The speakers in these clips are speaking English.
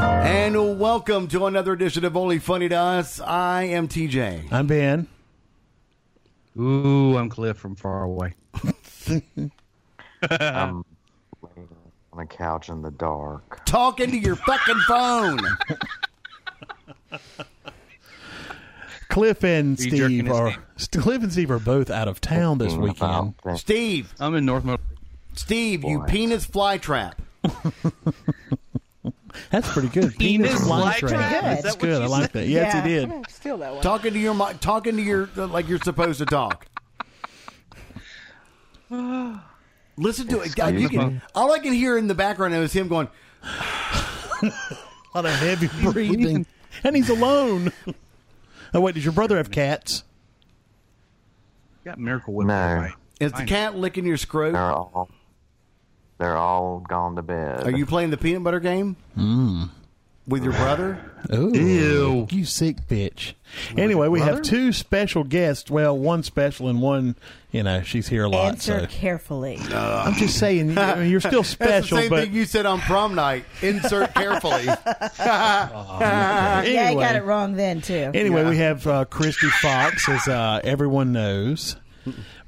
And welcome to another edition of Only Funny to Us. I am TJ. I'm Ben. Ooh, I'm Cliff from far away. I'm laying on the couch in the dark. Talk into your fucking phone. Cliff and Are you jerking Steve his are name? Cliff and Steve are both out of town this Thinking weekend. about things. Steve, I'm in North. Mo- Steve, you Boy. penis flytrap. That's pretty good. Penis light trap? That's Is that what good. you I like that. Yes, he did. Steal that one. Talking to your mi- talking to your uh, like you're supposed to talk. Listen to it. God, you can, all I can hear in the background is him going. A lot of heavy breathing, and he's alone. oh wait, does your brother have cats? got Miracle Whip. No. Right? Is the cat licking your scrote? They're all they're all gone to bed. Are you playing the peanut butter game Hmm. with your brother? Ooh, Ew. you sick bitch. Anyway, we have brother? two special guests. Well, one special and one, you know, she's here a lot. Answer so carefully. I'm just saying, you- I mean, you're still That's the special, same but thing you said on prom night. Insert carefully. anyway. Uh, Yeah, I got it wrong then too. Anyway, we have uh, Christy Fox, as uh, everyone knows.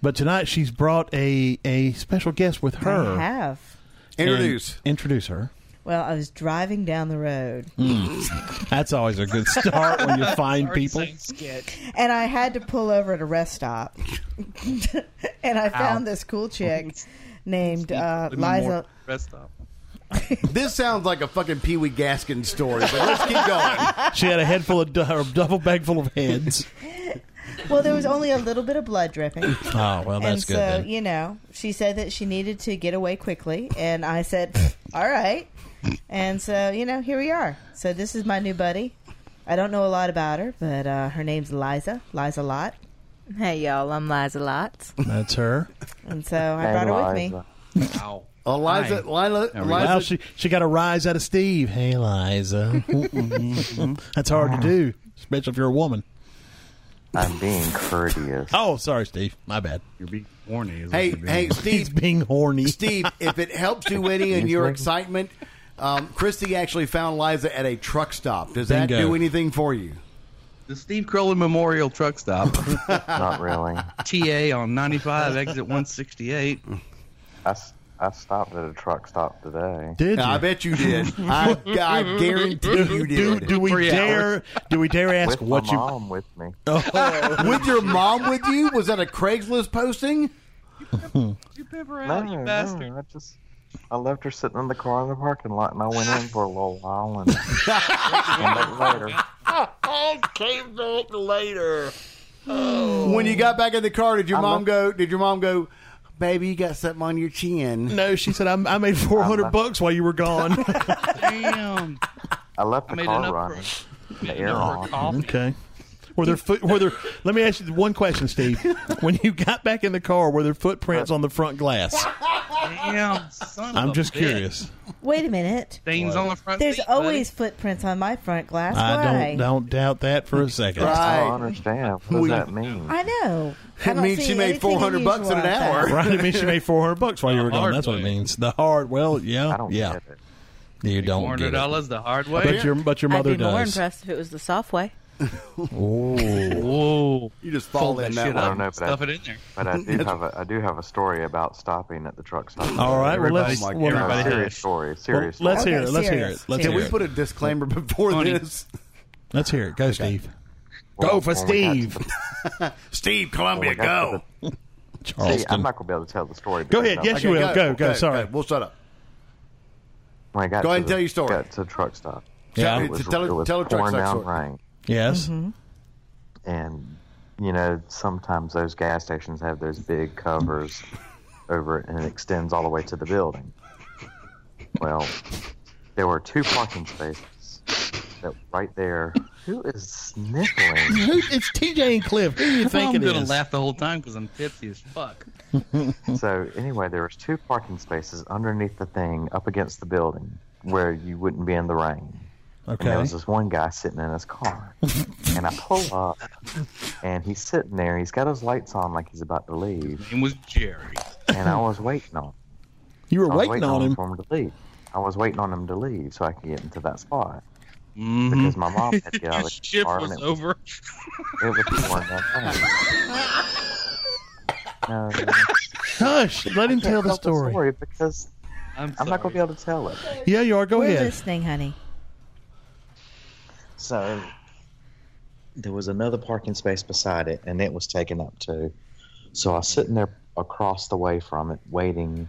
But tonight she's brought a, a special guest with her. I have. And Introduce. introduce her. Well, I was driving down the road Mm. That's always a good start when you find people. and I had to pull over at a rest stop. and I found this cool chick named uh, Liza. Rest stop. This sounds like a fucking Pee Wee Gaskin story, but let's keep going. She had a head full of, or a double bag full of heads. Well, there was only a little bit of blood dripping. Oh, well, that's good and so, then. you know, she said that she needed to get away quickly. And I said, "Pfft, all right. And so, you know, here we are. So this is my new buddy. I don't know a lot about her, but uh, her name's Liza. Liza Lot. Hey y'all, I'm Liza Lotz. That's her. And so I Hey, brought her with me. Liza. Ow. Eliza, Lila, we Liza- Wow, she, she got a rise out of Steve. Hey, Liza. that's hard to do, especially if you're a woman. I'm being courteous. Oh, sorry, Steve. My bad. You're being horny. Is hey, what you're hey, being. He's Steve, being horny. Steve, if it helps you any in your excitement, um, Christy actually found Liza at a truck stop. Does that Bingo. do anything for you? the Steve Crowley Memorial Truck Stop, Not really. TA on 95, exit 168. I, s- I stopped at a truck stop today. Did you? I bet you did. I, I guarantee you Mm-hmm. do, did. do we Three dare do we dare ask With what my you Oh. mom with me. with your mom with you? Was that a Craigslist posting? You pimper no, out, you no, bastard. I just I left her sitting in the car in the parking lot, and I went in for a little while, and came back later. When you got back in the car, did your mom go? Did your mom go? Baby, you got something on your chin. no she said I'm, i made 400 I'm- bucks while you were gone Damn. I left I the made car enough running, for, the a- air enough for a on. coffee. okay were there foot were there let me ask you one question steve when you got back in the car were there footprints on the front glass Damn, son of i'm a just bitch. curious Wait a minute. Stains on the front There's seat, buddy. always footprints on my front glass. i Why? don't don't doubt that for a second Right. I don't understand. What does We- that mean? I know. I It don't means see she made anything four hundred bucks in unusual an about hour. that. Right, it means she made four hundred bucks while you were gone. hard That's what it way. means. The hard, well, I yeah, don't yeah, get it. you don't get it. $400 the hard way. But your but your I'd mother be more does. impressed if it was the soft way. Oh, Whoa. You just fall in that shit one. up. I don't know, but Stuff I- it in there. But I do have a I do have a story about stopping at the truck stop. all right. Well, let's Everybody's- well, everybody- No, Everybody serious has. story. well, Serious let's story. hear it. Let's Okay, hear it. Let's serious. Can hear we it. put a disclaimer before Funny. this? Let's hear it. Go, Steve. Well, Go for when we got to Steve. the- Steve when Columbia, we got to the- Charleston. See, I'm not going to be able to tell the story. Go because ahead. no- Yes, you will. Go, go. Sorry. We'll shut up. When I got Go ahead to and the- tell your story. Got to the truck stop. Yeah. Tell- It was, tell, it was tell a truck pouring stop down story. rain, yes. and you know sometimes those gas stations have those big covers over, it, and it extends all the way to the building. Well, there were two parking spaces that were right there. Who is sniffling? Who- It's TJ and Cliff. Who do you think I'm it gonna is? laugh the whole time because I'm tipsy as fuck. So anyway, there was two parking spaces underneath the thing, up against the building, where you wouldn't be in the rain. And there Okay. was this one guy sitting in his car, and I pull up, and he's sitting there. He's got his lights on, like he's about to leave, Name was Jerry. and I was waiting on. You were I was waiting on him. for him to leave. I was waiting on him to leave so I could get into that spot. Mm-hmm. because my mom had to get out His of the shift car. was and it over. It was one No, no, no. Hush! Let him tell the Tell story. because I'm, I'm not going to be able to tell it. Yeah, you are. Go We're ahead. listening, honey. So there was another parking space beside it, and it was taken up too. So I was sitting there across the way from it, waiting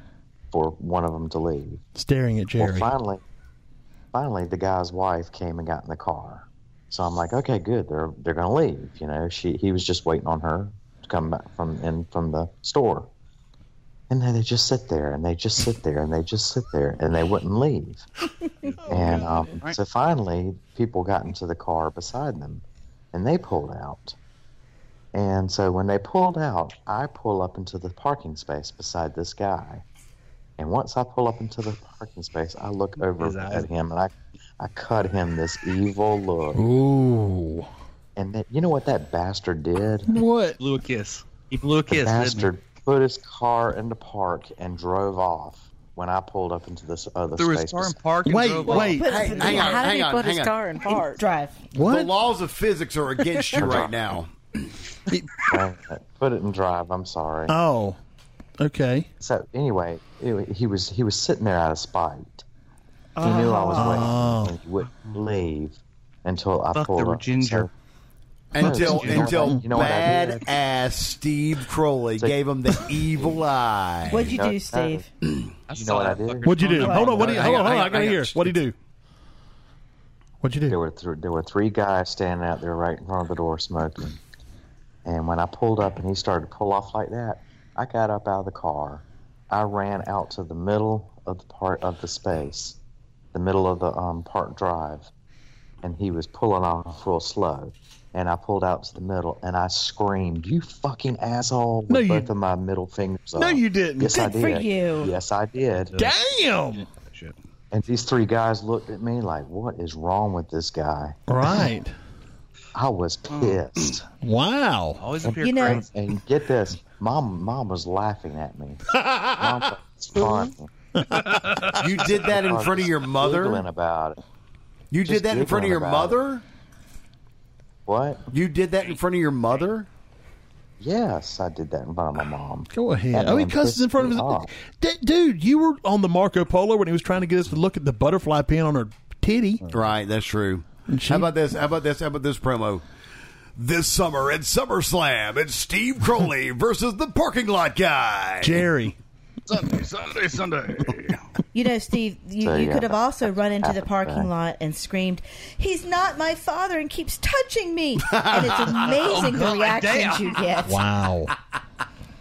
for one of them to leave. Staring at Jerry. Well, finally, finally, the guy's wife came and got in the car. So I'm like, okay, good. They're they're gonna leave. You know, she he was just waiting on her to come back from in from the store. And then they just sit there, and they just sit there, and they just sit there, and they wouldn't leave. Oh, and um, so finally, people got into the car beside them, and they pulled out. And so when they pulled out, I pull up into the parking space beside this guy. And once I pull up into the parking space, I look over His eyes. at him and I, I cut him this evil look. Ooh. And that, you know what that bastard did? What? Blew a kiss. He blew a kiss. didn't he? bastard put his car in the park and drove off when I pulled up into this other Threw his space. car in beside- park. and Wait, drove off. wait. Hey, hang on, How did hang he on, put hang his on. car in park? Drive. The What? laws of physics are against you right now. Put it in drive. I'm sorry. Oh. Okay. So anyway, it- he was he was sitting there out of spite. He knew I was Oh. waiting, and he wouldn't leave until I Ah. Fuck pulled the up. ginger. Until you know what until I- you know what I bad did? ass Steve Crowley gave him the evil eye. What'd you Yeah, do, Steve? I you saw know what I that did? fucker What'd you do? tongue Hold out. on. What do you? Hang Hold on, on. Hold on. hang I on, gotta hang hear. on. What'd you do? What'd you There do? were th- there were three guys standing out there right in front of the door smoking. And when I pulled up and he started to pull off like that, I got up out of the car. I ran out to the middle of the part of the space, the middle of the um, park drive, and he was pulling off real slow. And I pulled out to the middle and I screamed, "You fucking asshole!" with No, you- both of my middle fingers. No, up. you didn't. Yes, I Good for did. you. Yes, I did. Damn. Shit. And these three guys looked at me like, "What is wrong with this guy?" Right. I was Mm. pissed. Wow. Always appear You know- crazy. and get this, mom, mom was laughing at me. Mom thought it was funny. You did that in Mom front of was your giggling mother? about it. You did just that in front of giggling your about mother? What? You did that in front of your mother? Yes, I did that in front of my mom. Go ahead. That Oh, he man cusses in front of pissed his. me off. D- dude, you were on the Marco Polo when he was trying to get us to look at the butterfly pin on her titty. Right, that's true. she- How about this? How about this? How about this promo? This summer at SummerSlam, it's Steve Crowley versus the parking lot guy. Jerry. Sunday, Sunday, Sunday. You know, Steve, you, So, you yeah, could have that- also run into the happened, parking right? lot and screamed, "He's not my father," and keeps touching me. And Oh, it's amazing the reactions you get. Wow.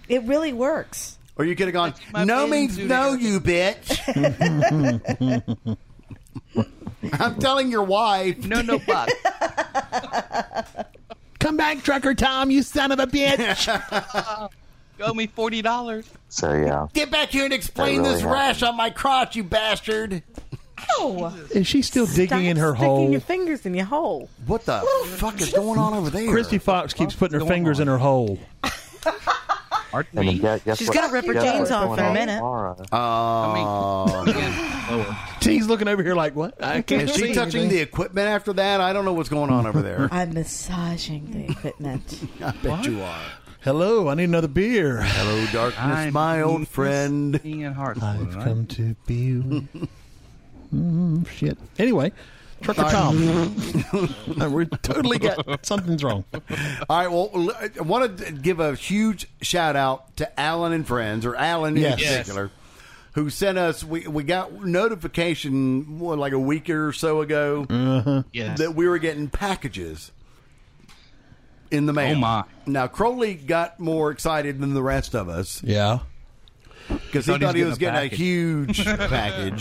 It really works. Or you could have gone, my no friend means do no, that." you bitch. I'm telling your wife. No, no, Buck. Come back, trucker Tom, you son of a bitch. You owe me forty dollars. So yeah, Get back here and explain That really this happened. rash on my crotch, you bastard. Oh, Is she still digging in her Stop Sticking hole? your fingers in your hole. What the fuck is going on over there? Christy Fox keeps putting her going fingers on? in her hole. Aren't and then we? guess, guess She's what- gonna rip her guess jeans what's off going in a on minute. tomorrow? Um, I mean, again, lower. T's looking over here like, what? I can't Is she see touching anything. the equipment after that? I don't know what's going on over there. I'm massaging the equipment. I bet you are. Hello, I need another beer. Hello, darkness, I'm my old friend. Ian Hart. I've come to be. with- Mm, shit. Anyway, trucker Tom. we totally got something's wrong. All right, well, l- I want to give a huge shout out to Alan and friends, or Alan in Yes. Yes. particular, who sent us. We we got notification what, like a week or so ago Mm. Yes. that we were getting packages in the mail. Oh, my. Now Crowley got more excited than the rest of us Yeah. because he Thought he was thought he was getting getting a a package. huge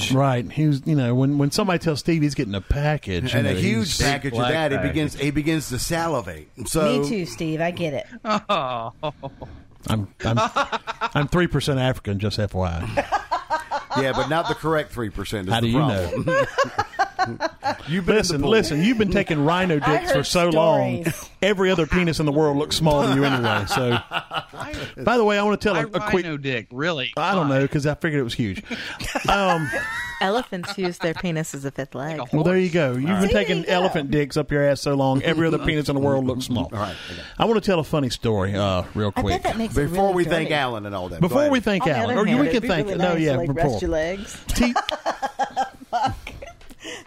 package. Right. He was, you know, when, when somebody tells Steve he's getting a package. you And a know, huge he's- package of black that, he package. begins. He begins to salivate. So Me too, Steve. I get it. Oh, I'm, I'm, I'm 3% African, just FYI. yeah, but not the correct three percent. How do you know? You've been in the Listen, pool. listen. You've been taking rhino dicks for heard so long. stories. Every other penis in the world looks small to you anyway. So, by the way, I want to tell I a, a quick. rhino dick, really. I don't know because I figured it was huge. Um, Elephants use their penis as a fifth leg. well, there you go. You've been See, there taking you go. elephant dicks up your ass so long. Every other penis in the world looks small. All right. I want to tell a funny story, uh, real I quick. bet that makes it Before really we dirty. thank Alan and all that. go Before ahead. we thank On the Alan, other or you hand, we it'd can be thank. really no, nice to, yeah, like, before. legs. T-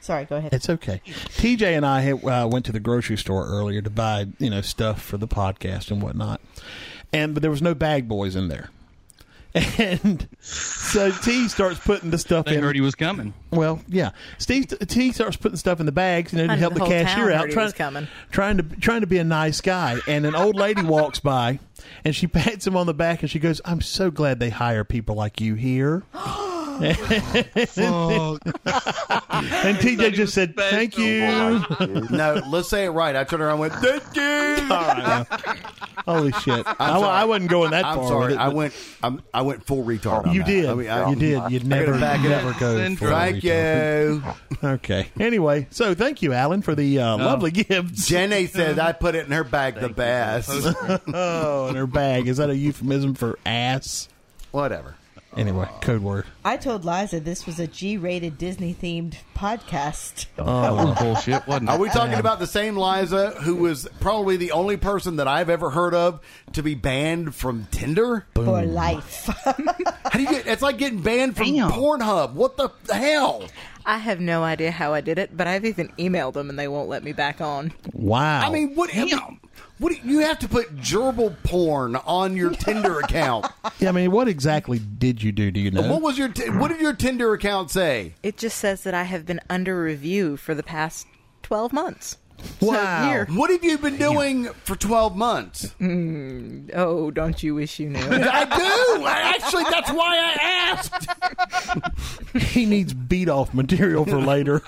Sorry, go ahead. It's okay. TJ and I had, uh, went to the grocery store earlier to buy, you know, stuff for the podcast and whatnot. And but there was no bag boys in there. And so T starts putting the stuff They in. heard he was coming. Well, yeah. Steve T starts putting stuff in the bags, you know, to And help the the whole cashier town out, heard he trying, was coming. trying to trying to be a nice guy. And an old lady walks by, and she pats him on the back, and she goes, "I'm so glad they hire people like you here." and TJ just said, special. "Thank you." No, let's say it right. I turned around and went, thank you. All right, now. Holy shit! I, sorry. I wasn't going that I'm far. sorry. with it, I but went I'm, I went full retard. on You that. did. I mean, I- you did. You'd I gotta never, back it up. never go. for a Thank retard. you. Okay. Anyway, so thank you, Alan, for the uh, lovely gifts. Jenny says I put it in her bag the best. Oh, in her bag. Is that a euphemism for ass? Whatever. Anyway, code word. I told Liza this was a G-rated Disney-themed podcast. That was bullshit, wasn't it? Are we talking about the same Liza who was probably the only person that I've ever heard of to be banned from Tinder? For life. How do you get? It's like getting banned from Damn. Pornhub. What the hell? I have no idea how I did it, but I've even emailed them and they won't let me back on. Wow. I mean, what? I mean, Damn. what do you have to put gerbil porn on your Tinder account? yeah, I mean, what exactly did you do? Do you know? What was your? T- what did your Tinder account say? It just says that I have been under review for the past 12 months. Wow. So here. What have you been doing for twelve months? Oh, don't you wish you knew? I do. I actually, that's why I asked. he needs beat off material for later.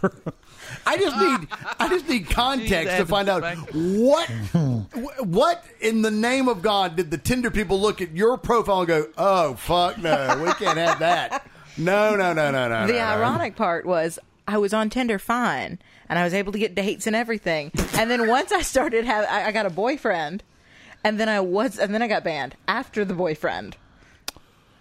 I just need. I just need context to Adam's find out back. what. wh- What in the name of God did the Tinder people look at your profile and go, "Oh fuck no, we can't have that." No, no, no, no, no. the no, no. ironic part was I was on Tinder fine and I was able to get dates and everything. and then once I started have I, I got a boyfriend and then I was and then I got banned after the boyfriend.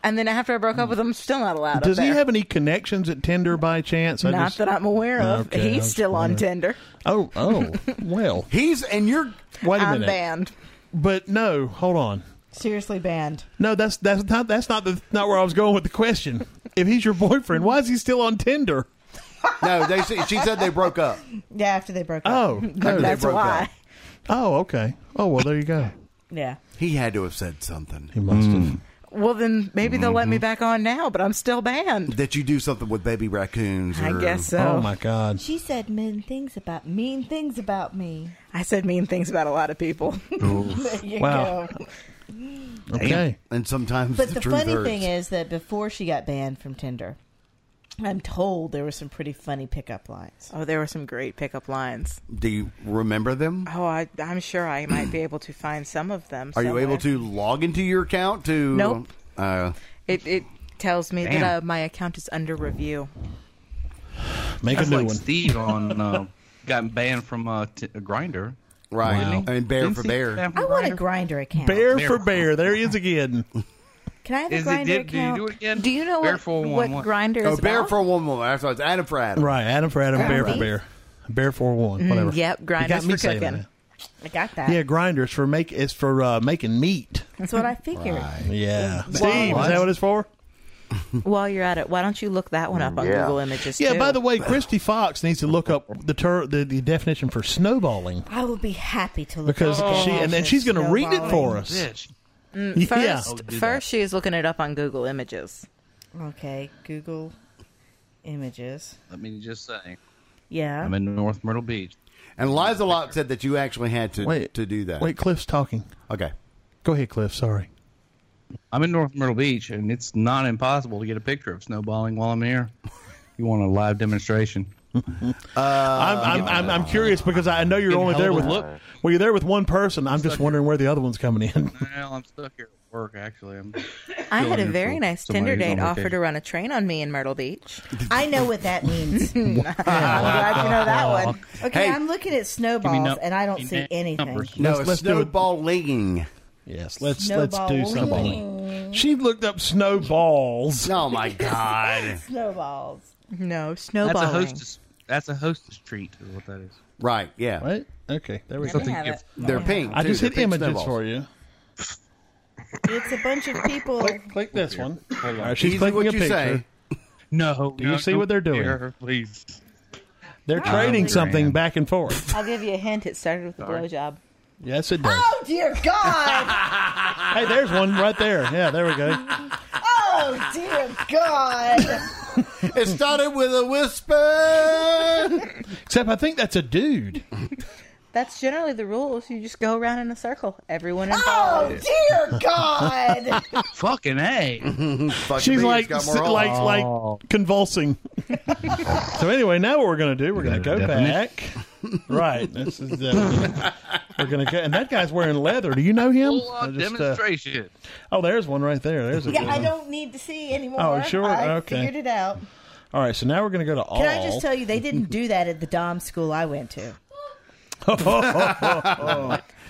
And then after I broke up with him, still not allowed. up Does he there. have any connections at Tinder by chance? I Not just- that I'm aware of. Okay, I He's was still on wondering. Tinder. Oh, oh, well. He's and you're. Wait a I'm minute. banned. But no, hold on. Seriously banned. No, that's that's not that's not the not where I was going with the question. If he's your boyfriend, why is he still on Tinder? No, they. say- She said they broke up. Yeah, after they broke up. Oh, no. They That's broke why. up. oh, okay. Oh well, there you go. Yeah. He had to have said something. He must have. Well, then maybe they'll let me back on now, but I'm still banned. That you do something with baby raccoons. I or- guess so. Oh my God. She said mean things about mean things about me. I said mean things about a lot of people. There you Wow. go. Okay. And sometimes But the, the, truth funny hurts. thing is that before she got banned from Tinder, I'm told there were some pretty funny pickup lines. oh, there were some great pickup lines. do you remember them? Oh, I, I'm sure I might be able to find some of them. Are you somewhere. able to log into your account to? Nope. Uh, It, it tells me that Damn. uh, my account is under review. Make That's a new like one. Steve on uh, got banned from uh, t- a grinder. right. Wow. And bear for bear. I want a grinder account. Bear Bear. for bear. There he is again. Can I have a Is it? Did, grinder do you account? do it again? Do you know bear what, for one, what one. Grinder is Oh, bear about? for one woman. That's right. It's Adam for Adam. Right. Adam for Adam. Bear for Right. bear. Bear for one. Whatever. Mm, yep, You grinders got me for saying cooking. that. I got that. Yeah, grinders for make. It's for uh, making meat. That's what I figured. Yeah. Steve, is that what it's for? While you're at it, why don't you look that one up on Yeah. Google Images? Yeah. too? By the way, Christy Fox needs to look up the ter- the, the definition for snowballing I will be happy to look because at the she and then ashes she's going to read it snowballing. for us. Bitch. yeah. Oh, First, do that. first she is looking it up on Google Images. Okay, Google images. Let me just say, Yeah. I'm in North Myrtle Beach. And Liza Lot said that you actually had to Wait to do that. Wait, Cliff's talking. Okay. Go ahead, Cliff. Sorry. I'm in North Myrtle Beach, and it's not impossible to get a picture of snowballing while I'm here. You want a live demonstration? Uh, I'm, I'm, I'm, I'm curious because I know you're Getting only there held with up. well, you're there with one person. I'm just wondering where the other one's coming in. Well, I'm stuck here at work. Actually, I'm I had a Children very for nice somebody Tinder who's on date offer to vacation. run a train on me in Myrtle Beach. I know what that means. I'm glad you know that one. Okay, Hey. I'm looking at Give me snowballs num- and I don't give see me anything. numbers. No, Let's- let's do it. snowballing. Yes, let's Snowball. let's do something. She looked up snowballs. Oh my god! Snowballs. No, That's a snowballing. hostess. That's a hostess treat. Is what that is. right? Yeah, What? Okay, there we go. Something have it. different. they're pink. I too. just They're hit pink images snowballs. for you. It's a bunch of people. Click this one. All right, she's Easy clicking what a you picture. say. No. Do you no, see don't what they're doing? dare, please. They're Ah. trading Grand. something back and forth. I'll give you a hint. It started with a Sorry. blowjob. Yes, it does. Oh dear God! Hey, there's one right there. Yeah, there we go. Oh dear God! It started with a whisper. Except I think that's a dude. That's generally the rules. You just go around in a circle. Everyone Oh involved. dear God! Fucking a. Fuck me, She's it's like, got s- more on. like, like convulsing. Oh. so anyway, now what we're gonna do? We're gonna go back. Right. This is uh, we're gonna go, and that guy's wearing leather. Do you know him? Full I on just, uh, demonstration. oh, there's one right there. There's a good Yeah, I one. don't need to see anymore. Oh, sure, I okay. figured it out. All right. So now we're gonna go to all. Can I just tell you, they didn't do that at the Dom school I went to. That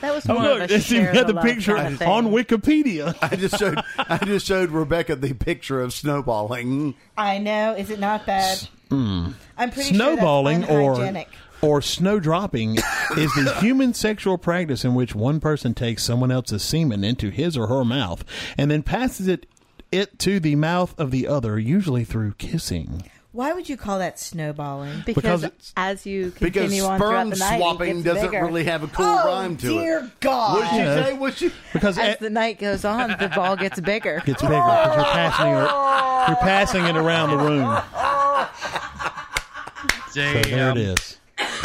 was Oh, one look! of They us. even share got the love picture kind of thing. on Wikipedia. I just showed. I just showed Rebecca the picture of snowballing. I know. Is it not bad? I'm pretty mm. Snowballing sure that's or unhygienic. or snowdropping is the human sexual practice in which one person takes someone else's semen into his or her mouth and then passes it it to the mouth of the other, usually through kissing. Why would you call that snowballing? because, because it's- as you Because continue on throughout sperm the night, it swapping gets doesn't bigger. really have a cool oh rhyme to dear it. God! What did you say? What you? Because As it the night goes on, the ball gets bigger. gets bigger. Because you're passing it, you're passing it around the room. So there it is.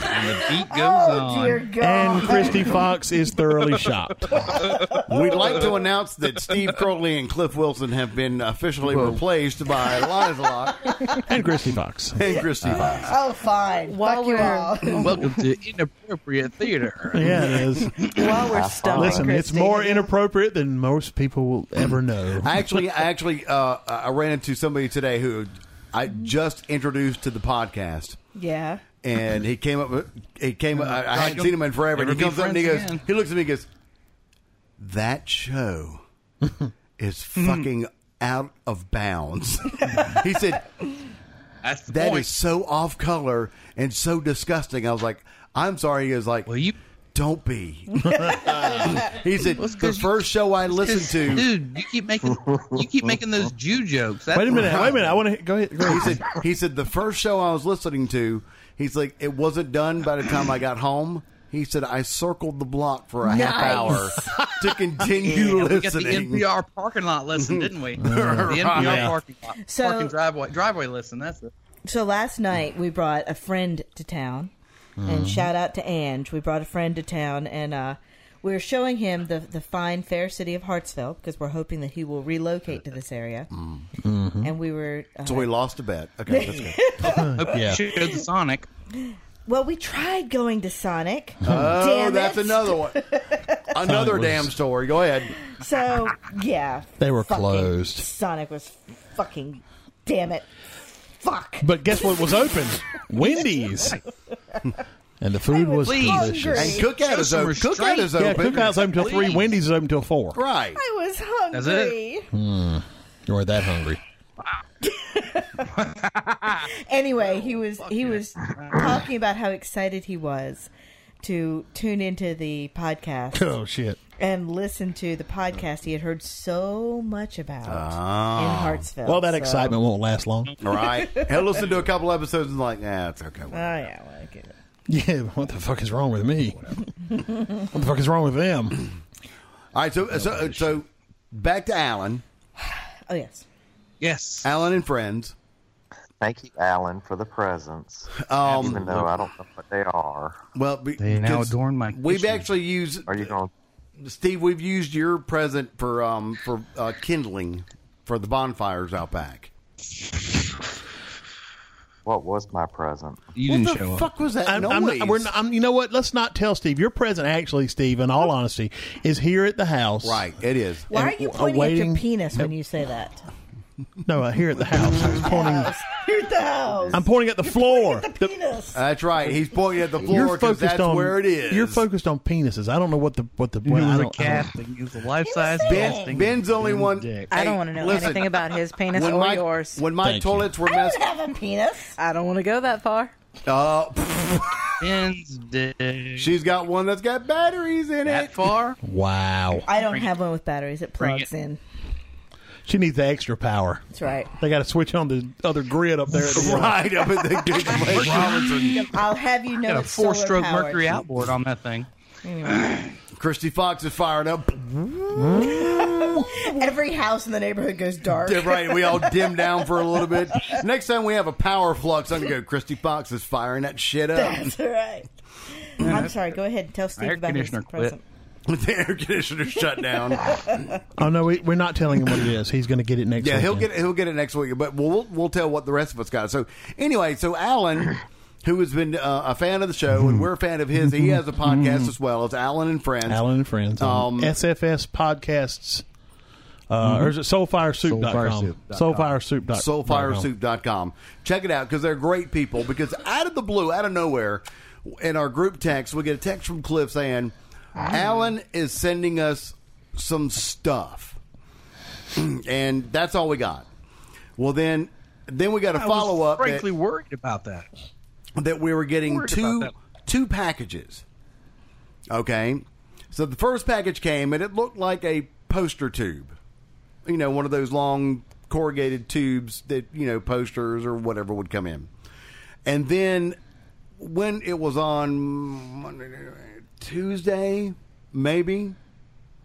And the beat goes oh on. dear God! And Christy Fox is thoroughly shocked. We'd like to announce that Steve Crowley and Cliff Wilson have been officially replaced by Liza Locke And Christy Fox. and Christy Uh. Fox. oh, fine. While Fuck you we're- all. Welcome to inappropriate theater. Yeah, it is. While we're stumping, Listen, it's Christy. more inappropriate than most people will ever know. I actually, I actually, uh, I ran into somebody today who I just introduced to the podcast. Yeah. and he came up. with- He came. I, I hadn't God, seen him in forever. And he never be comes up and he goes. friends again. He looks at me. and goes, "That show is fucking out of bounds." he said, That's the "That point. is so off color and so disgusting." I was like, "I'm sorry." He was like, Well, you "Don't be." he said, Well, it's "The 'cause you- first show I listened to." dude, you keep making you keep making those Jew jokes. That's Wait a minute. Wait a minute. I want to go ahead. Go He ahead. said, "He said the first show I was listening to." He's like, "It wasn't done by the time I got home." He said, "I circled the block for a half hour to continue Yeah, we got the listening." NPR parking lot lesson, didn't we? the NPR Yeah. parking lot, So- parking driveway, driveway lesson. That's it. So last night we brought a friend to town, Mm-hmm. and shout out to Ange. We brought a friend to town, and uh, we were showing him the the fine, fair city of Hartsville because we're hoping that he will relocate to this area. And we were uh, Mm-hmm. so we lost a bet. Okay, that's good. Hope Yeah. you showed the Sonic. well, we tried going to Sonic. Oh, Damn that's it. another one. Another Sonic was- damn story. Go ahead. So yeah, They were fucking closed. Sonic was fucking. Damn it, fuck. But guess what was open? Wendy's. And the food was Please. And delicious. Hey, cookout show is some open. restraint. Cookout is Yeah, open. cookout's open till three. Please. Wendy's is open till four. right. I was it? hungry. You were that hungry. anyway, he was he was talking about how excited he was to tune into the podcast Oh shit! and listen to the podcast he had heard so much about in Hartsville. Ah. Well, that so- excitement won't last long. Right. He'll listen to a couple episodes and like, nah, it's okay. Oh yeah, well, I get it. Yeah, what the fuck is wrong with me? what the fuck is wrong with them? All right. So, so, so back to Alan. Oh yes. Yes, Alan and friends. Thank you, Alan, for the presents. Um, even though I don't know what they are. Well, be- They now because adorn my We've kitchen. actually used Are you going? Steve. We've used your present for um for uh, kindling for the bonfires out back. What was my present? You What didn't the show up. fuck was that I'm, I'm, noise? not- we're not, I'm, you know what? Let's not tell Steve. Your present, actually, Steve, in all honesty, is here at the house. right, it is. Why And are you w- pointing at your awaiting- penis when you say that? No, uh, here at the house. I was pointing. You're the house. I'm pointing at the floor. the penis. That's right. He's pointing at the floor You're because focused that's on where it is. You're focused on penises. I don't know what the what the. It I was a don't- I don't- casting. It was a life size He was saying- casting. Ben's only Ben's one. dick. I Hey, don't want to know listen, anything about his penis when or my, yours. When my Thank you. toilets were I messed don't have a penis. I don't want to go that far. up, Ben's dick. she's got one that's got batteries in that it. far? Wow, I don't have one with batteries. It Bring plugs it. in. she needs the extra power. That's right. They got to switch on the other grid up there. At the Right up at the Dick Blake Robinson. I'll have you know Got a it's solar four-stroke powered. Mercury outboard on that thing. Christy Fox is fired up. Every house in the neighborhood goes dark. Yeah, right. We all dim down for a little bit. Next time we have a power flux, I'm gonna go. Christy Fox is firing that shit up. That's right. I'm sorry. Go ahead and tell Steve Air about his conditioner quit. present. the air conditioner shut down. oh no, we, we're not telling him what it is. He's going to get it next. Yeah, he'll weekend. get it, he'll get it next week. But we'll we'll tell what the rest of us got. So anyway, so Alan, who has been uh, a fan of the show and we're a fan of his, he has a podcast as well. It's Alan and Friends. Alan and friends. Um, on SFS podcasts. Uh, Or is it soulfiresoup.com? Soulfiresoup. soulfiresoup.com. Check it out because they're great people. Because out of the blue, out of nowhere, in our group text, we get a text from Cliff saying, Alan is sending us some stuff. and that's all we got. Well, then. Then we got a I was follow up that, Frankly, worried about that. that we were getting worried about two that. two packages. Okay, so the first package came and it looked like a poster tube you know, one of those long corrugated tubes that, you know, posters or whatever would come in. And then when it was on Monday, Tuesday, maybe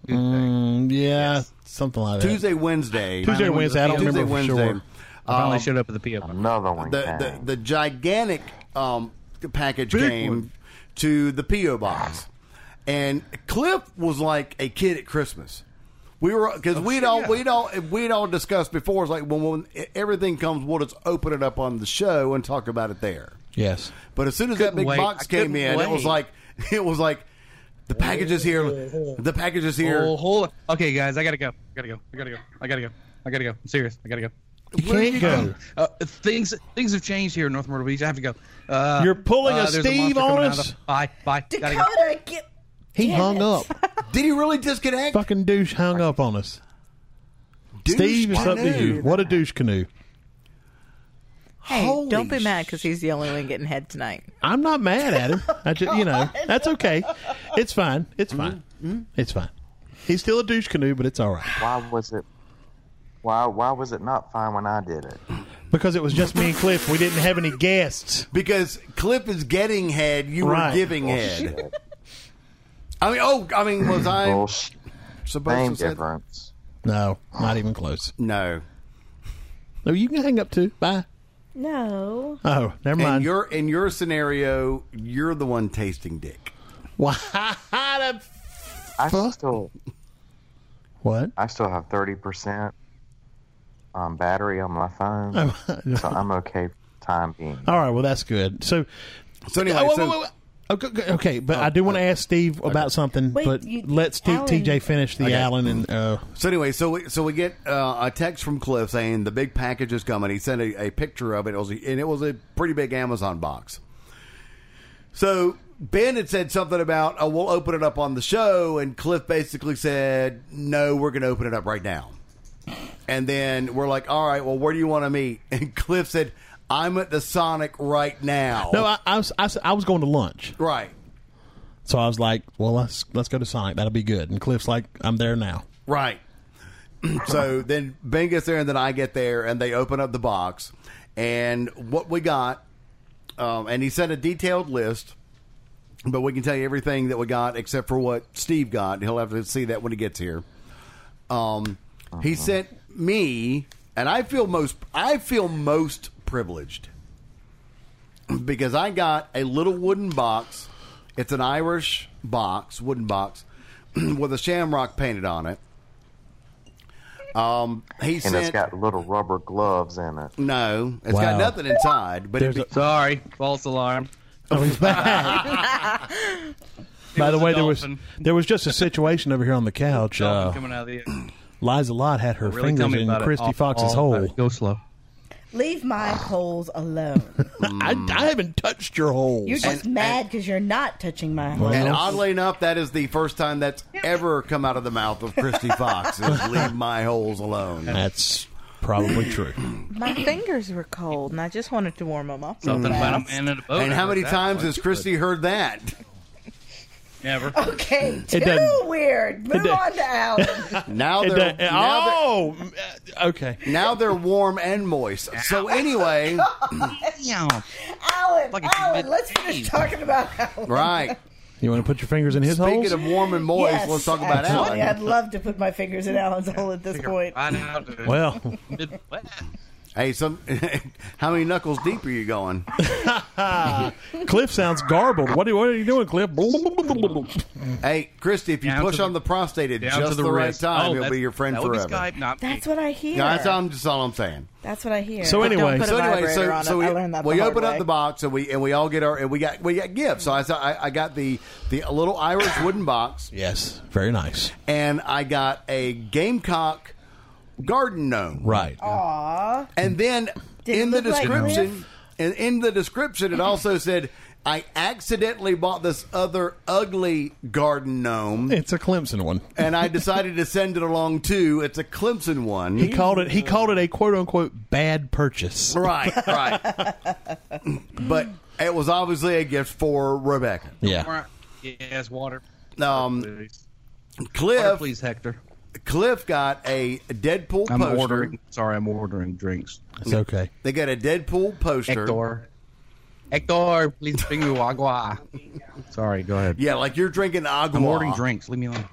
Mm, yeah, something like that. Tuesday, Wednesday, Tuesday, Finally Wednesday. I don't Tuesday, remember for Wednesday, sure. Um, Finally showed up at the PO. box. Another one. came. the, the the gigantic um, package came to the PO box, and Cliff was like a kid at Christmas. We were Oh, because we'd all we'd all we'd all discussed before. It's like when, when e, everything comes, we'll just open it up on the show and talk about it there. Yes. But as soon as that Couldn't big wait. box I came couldn't in, it was wait. like it was like the package is here, the package is here. Oh, hold on. Okay, guys, I gotta go. I gotta go. I gotta go. I gotta go. I gotta go. I'm serious. I gotta go. You can't go. Uh, things things have changed here in North Myrtle Beach. I have to go. Uh, You're pulling a uh, there's Steve monster on coming out us? of the- Bye, bye. Gotta go. Dakota, get. He Damn hung it. up. Did he really disconnect? Fucking douche hung up on us. Douche Steve, it's up to canoe. you. What a douche canoe. Hey, Holy don't be mad because he's the only one getting head tonight. I'm not mad at him. I just, you know, that's okay. It's fine. It's fine. Mm-hmm. It's fine. He's still a douche canoe, but it's all right why was it? Why why was it not fine when I did it? because it was just me and Cliff. We didn't have any guests. Because Cliff is getting head, you Right. Oh, were giving head. Bullshit. I mean, oh, I mean, was I Bullshit. supposed Name to say difference. No, not even close. no? No, you can hang up too. Bye. No. Oh, never In mind. your in your scenario, you're the one tasting dick. Why the f- I still what? I still have thirty percent um, battery on my phone, so I'm okay for the time being. All right. Well, that's good. So, So anyway, Oh, wait, so wait, wait, wait. Okay, okay, okay, but I do want to ask Steve about something. Wait, but you- let Steve, Alan- TJ finish the Allen and uh, so anyway, so we, so we get uh, a text from Cliff saying the big package is coming. He sent a, a picture of it. It was a, and it was a pretty big Amazon box. So Ben had said something about oh, we'll open it up on the show, and Cliff basically said no, we're going to open it up right now. And then we're like, all right, well, where do you want to meet? And Cliff said, I'm at the Sonic right now. no, I, I, was, I, was- I was going to lunch, right, so I was like, well, let's let's go to Sonic. That'll be good. And Cliff's like, I'm there now. right. so then Ben gets there, and then I get there, and they open up the box, and what we got, um, and he sent a detailed list. But we can tell you everything that we got except for what Steve got. He'll have to see that when he gets here. Um, He Uh-huh. sent me, and I feel most I feel most privileged because I got a little wooden box. It's an Irish box, wooden box, with a shamrock painted on it. Um, he and it's sent got little rubber gloves in it. no, it's Wow. got nothing inside. But There's it, a, Sorry, false alarm. oh, he's back. It By the a way, there was dolphin. there was just a situation over here on the couch. Dolphin Uh, coming out of the. Liza Lott had her Really tell fingers me in about it. Christy All- Fox's all hole. about it. Go slow. Leave my holes alone. I, I haven't touched your hole. You're just mad because you're not touching my Well, hole. and no. oddly enough, that is the first time that's ever come out of the mouth of Christy Fox. is leave my holes alone. That's probably true. My fingers were cold, and I just wanted to warm them up. Something about a man in a boat. And how That's many that times one. has Christy heard that? Never. Okay, It too doesn't- weerd. Move doesn't- on to Alan. Now It they're, do- now they're oh, uh, okay. now they're warm and moist. So anyway, Yeah. Alan, Like it's Alan, let's finish mid-game. talking about Alan. right. You want to put your fingers in his Speaking holes? of warm and moist, Yes, let's talk about Alan. actually, I'd love to put my fingers in Alan's hole at this point. Right out of the well, Midwest. Hey, some how many knuckles deep are you going? Cliff sounds garbled. What are, what are you doing, Cliff? Hey, Christy, if you Down to push the- on the prostate at Down to just the, the, right wrist. time, oh, he'll be that's- your friend that would forever. Be Skype, not me. That's what I hear. No, that's, I'm, just all I'm saying. That's what I hear. So anyway, um, Don't put So a anyway, vibrator so, on so it. we, I learned that we the hard open up way. the box and we and we all get our and we got we got gifts. So I saw, I, I got the the little Irish wooden box yes, very nice. and I got a gamecock garden gnome. Right. Oh. Aw. And then Did it in the look like description, and in the description, it also said, "I accidentally bought this other ugly garden gnome, It's a Clemson one. and I decided to send it along too. It's a Clemson He one." called it. He called it a quote unquote bad purchase. right, right. but it was obviously a gift for Rebecca. Yeah. Yes, water. Um, Please. Water, Cliff, please, Hector. Cliff got a Deadpool I'm poster. ordering. Sorry, I'm ordering drinks. It's okay. They got a Deadpool poster. Hector. Hector, please bring me wagwa. Sorry, go ahead. Yeah, like you're drinking agua. I'm ordering drinks. Leave me alone.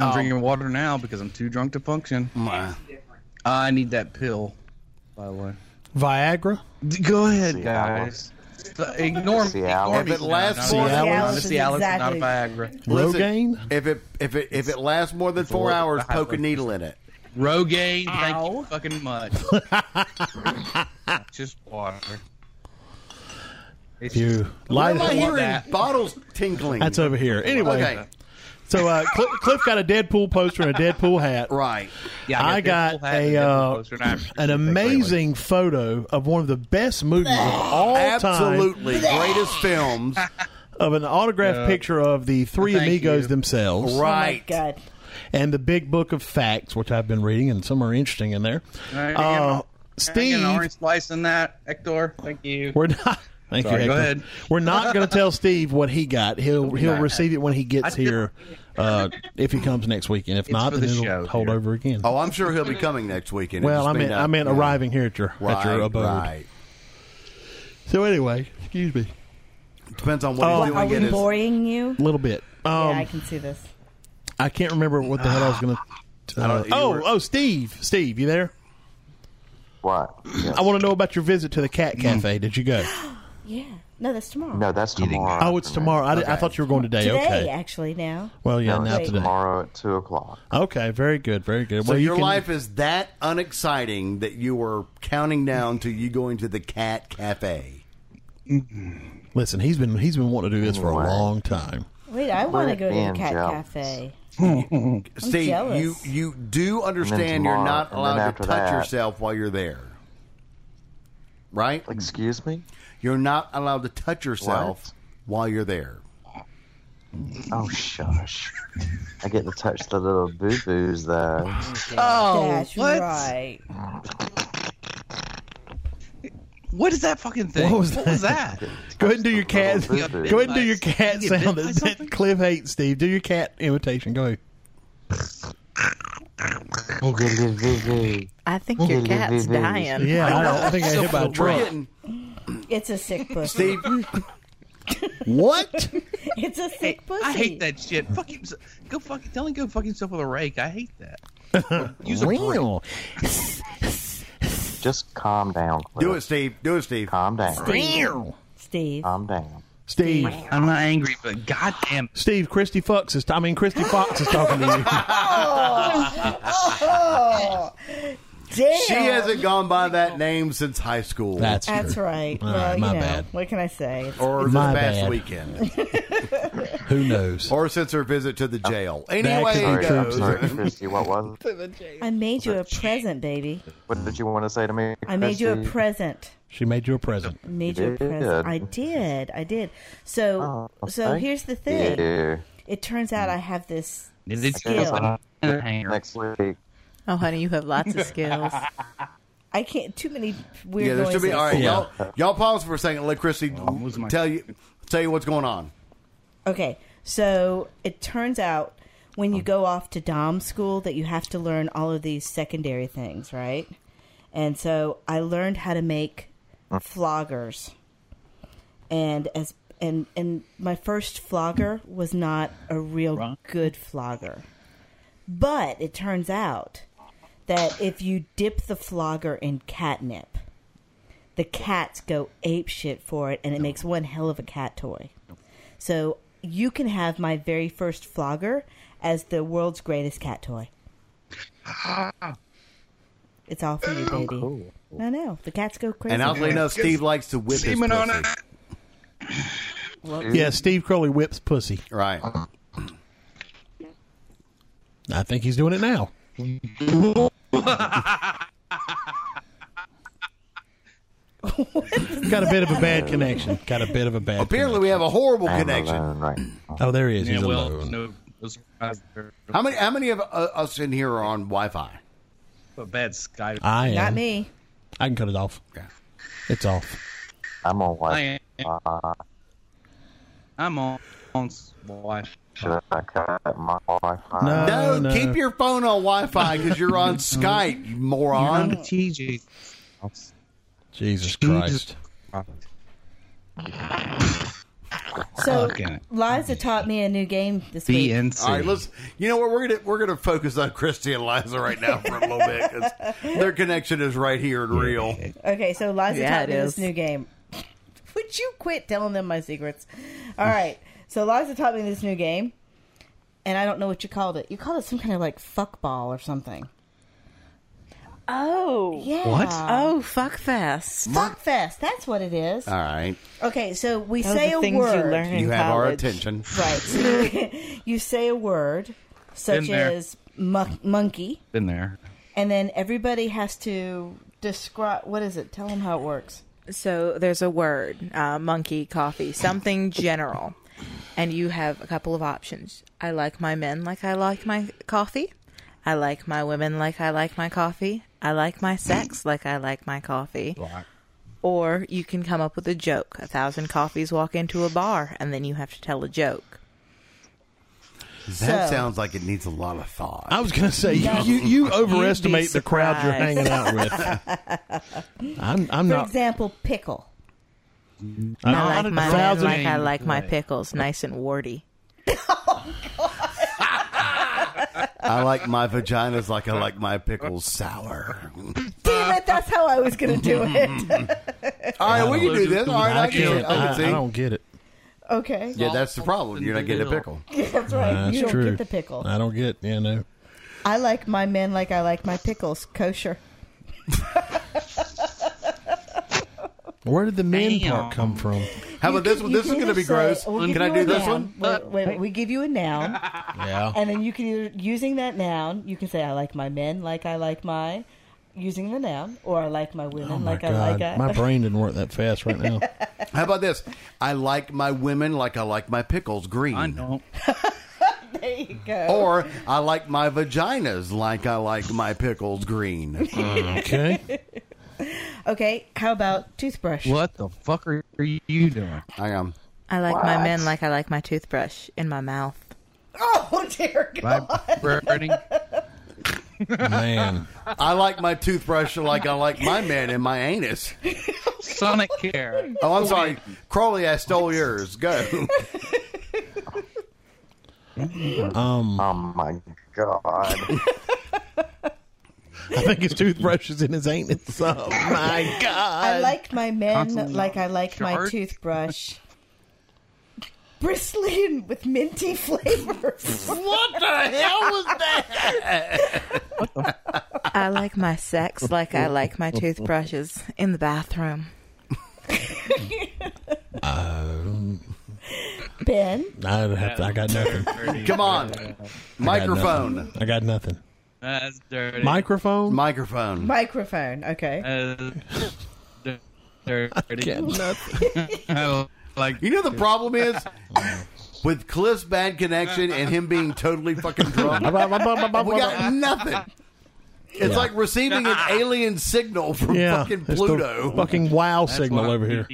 I'm drinking water now because I'm too drunk to function. My- I need that pill, by the way. Viagra. D- Go ahead, Cialis. guys. St- Ignore me. Cialis. Ignore me. If it lasts No, no, for- no, no, Cialis it's is Cialis, exactly- not Viagra. Listen, Rogaine? If it if it if it lasts more than four Lord, hours, I poke a love needle in it. Rogaine, thank Ow. you fucking much. just water. It's You. just- Why am Liza- I Light- hearing that. bottles tinkling? That's over here. Anyway, Okay. so uh, Cliff, Cliff got a Deadpool poster and a Deadpool hat. right. Yeah, I got Deadpool hat a and Deadpool uh, poster, and I appreciate that an greatly. amazing photo of one of the best movies Oh, of all time Absolutely greatest films. of an autographed picture of the three Thank amigos you. themselves Right. Oh my God. and the big book of facts which I've been reading and some are interesting in there. All right, I get Uh, an- Can I get Steve, an orange slice in that, Hector. Thank you. we're not Thank Sorry, you. go Hector. ahead. We're not going to tell Steve what he got. He'll he'll not. receive it when he gets I did- here, uh, if he comes next week, and if It's not, for then the it'll show, hold dear. over again. Oh, I'm sure he'll be coming next weekend. well, It's I been meant a- I meant yeah. arriving here at your Right, at your abode. right. So anyway, excuse me. Depends on what Oh. he's Are doing. we It is- boring you? A little bit. Um, yeah, I can see this. I can't remember what the hell I was going to. I don't- you oh, were- oh, Steve, Steve, you there? What? Yeah. I want to know about your visit to the cat cafe. Did you go? Yeah. No, that's tomorrow. No, that's tomorrow. Oh, it's afternoon. tomorrow. I, di- I thought you were going today. Today, okay. actually, now. Well, yeah, No, now it's today. tomorrow at two o'clock. Okay, very good, very good. So well, you your can- life is that unexciting that you were counting down to you going to the cat cafe. Listen, he's been he's been wanting to do this for a Right. long time. Wait, I want to go to being the Cat jealous. Cafe. Steve, jealous. you you do understand you're tomorrow, not and then allowed to after touch that- yourself while you're there. Right? Excuse me? You're not allowed to touch yourself while you're there. Oh, shush. I get to touch the little boo boos, though. Oh, That's what? right. What is that fucking thing? What was that? Go ahead and do your cat. Go Little ahead boo-boo. and do your cat You get bit sound by that, something? that Cliff hates. Steve, do your cat imitation. Go ahead. Oh, good little boo boo. I think your cat's dying. Yeah, I, I think I hit by a truck. Getting- It's a sick pussy. Steve, What? It's a sick pussy. I hate that shit. Fuck him. Go fucking tell him to go fucking stuff with a rake. I hate that. Use a brick. Real. Just calm down, Cliff. do it, Steve. Do it, Steve. Calm down. Steve. Steve. Uh, Calm down. Steve. I'm not angry, but goddamn, Steve, Christy Fox is. I mean, Christy Fox is talking to Oh, damn. She hasn't gone by that name since high school. you. That's That's true. right. All well, right, you my know, bad. what can I say? or this My past bad. weekend, Who knows? or since her visit to the jail. Anyway, could be it Sorry, I'm goes. sorry, Christy. What was? it? I made you a present, baby. What did you want to say to me? I made you a Christy? present. She made you a present. I made you a You present. did. I did. I did. So, Oh, so thank here's the thing. Yeah. It turns out I have this did it Skill. feel like a hanger? Next week. Oh, honey, you have lots of skills. I can't. Too many weird Yeah, there should noises. be. All right, Yeah. y'all, y'all pause for a second. Let Christy losing my- tell you tell you what's going on. Okay, so it turns out when you go off to Dom school that you have to learn all of these secondary things, right? And so I learned how to make floggers, and as and and my first flogger was not a real Right. good flogger, but it turns out that if you dip the flogger in catnip, the cats go ape shit for it, and it makes one hell of a cat toy. So you can have my very first flogger as the world's greatest cat toy. It's all for you, baby. I know the cats go crazy. And oddly enough, Steve likes to whip his Semen on pussy. Yeah, Steve Crowley whips pussy. Right. I think he's doing it now. Got a bit of a bad connection. Got a bit of a bad. Apparently, we have a horrible I'm connection. alone right now. connection. Oh, there he is. Yeah, he's well, alone. no, no surprise there. How many? How many of uh, us in here are on Wi-Fi? A bad sky. I am. not me. I can cut it off. It's off. I'm on I Wi am. I'm on. on wife. Should I cut my Wi-Fi? No. No, no. keep your phone on Wi-Fi because you're on Skype, you moron. TJ. Jesus Jesus Christ. So Okay. Liza taught me a new game this The week. NC. All right, let's. You know what? We're gonna we're gonna focus on Christy and Liza right now for a little bit 'cause their connection is right here and real. Okay, so Liza Yeah, taught it me this is. new game. Would you quit telling them my secrets? All right, so Liza taught me this new game, and I don't know what you called it. You called it some kind of like fuckball or something. Oh. Yeah. What? Oh, fuck fast. Fuckfest. That's what it is. Uh, All right, Okay, so we Those say are a things word. you learn in you have our college. attention. Right. So you say a word, such Been there. as mon- monkey, Been there. and then everybody has to describe. What is it? Tell them how it works. So there's a word uh, monkey, coffee, something general. And you have a couple of options. I like my men like I like my coffee. I like my women like I like my coffee. I like my sex like I like my coffee. Or you can come up with a joke. A thousand coffees walk into a bar, and then you have to tell a joke. That So- sounds like it needs a lot of thought. I was going to say, you, you, you overestimate the crowd you're surprised. hanging out with. I'm, I'm For not. example, pickle. I'm I not like a my men thousand- like I like my pickles, nice and warty. I like my vaginas like I like my pickles sour. Damn it! That's how I was going to do it. All right, we can do this. All right, I, I can, can't. I can I, see. I don't get it. okay. yeah, that's the problem. You're not getting a pickle. That's right. That's you don't true. Uh, get the pickle. I don't get. You know. I like my men like I like my pickles kosher. Where did the men Damn. part come from? How about this one? This is going to be gross. Can I do this one? Wait, wait, wait, we give you a noun, Yeah. and then you can either using that noun, you can say I like my men like I like my, using the noun, or I like my women Oh my like god, I like I. my brain didn't work that fast right now. How about this? I like my women like I like my pickles green. I know. there you go. Or I like my vaginas like I like my pickles green. Okay. Okay, how about toothbrush? What the fuck are you doing? I am. I like my men like I like my toothbrush in my mouth. Oh dear God! Vibrating? Man. I like my toothbrush like I like my man in my anus. Sonic Care. Oh, I'm sorry, Crowley. I stole yours. Go. Um Oh my god. I think his toothbrush is in his anus. Oh my god. Uh, I like my men Constantly like I like my charged. toothbrush. bristly and with minty flavors. What the hell was that? I like my sex like I like my toothbrushes in the bathroom. ben, I, have to- I got nothing. Dirty. Come on. Microphone. I got nothing. That's dirty. Microphone. Microphone. microphone. Uh, Okay. That's dirty. Got nothing. I like You know the problem is with Cliff's bad connection and him being totally fucking drunk. We got nothing. It's Yeah. like receiving an alien signal from yeah, fucking it's the Pluto. Fucking wow that's signal why- over here.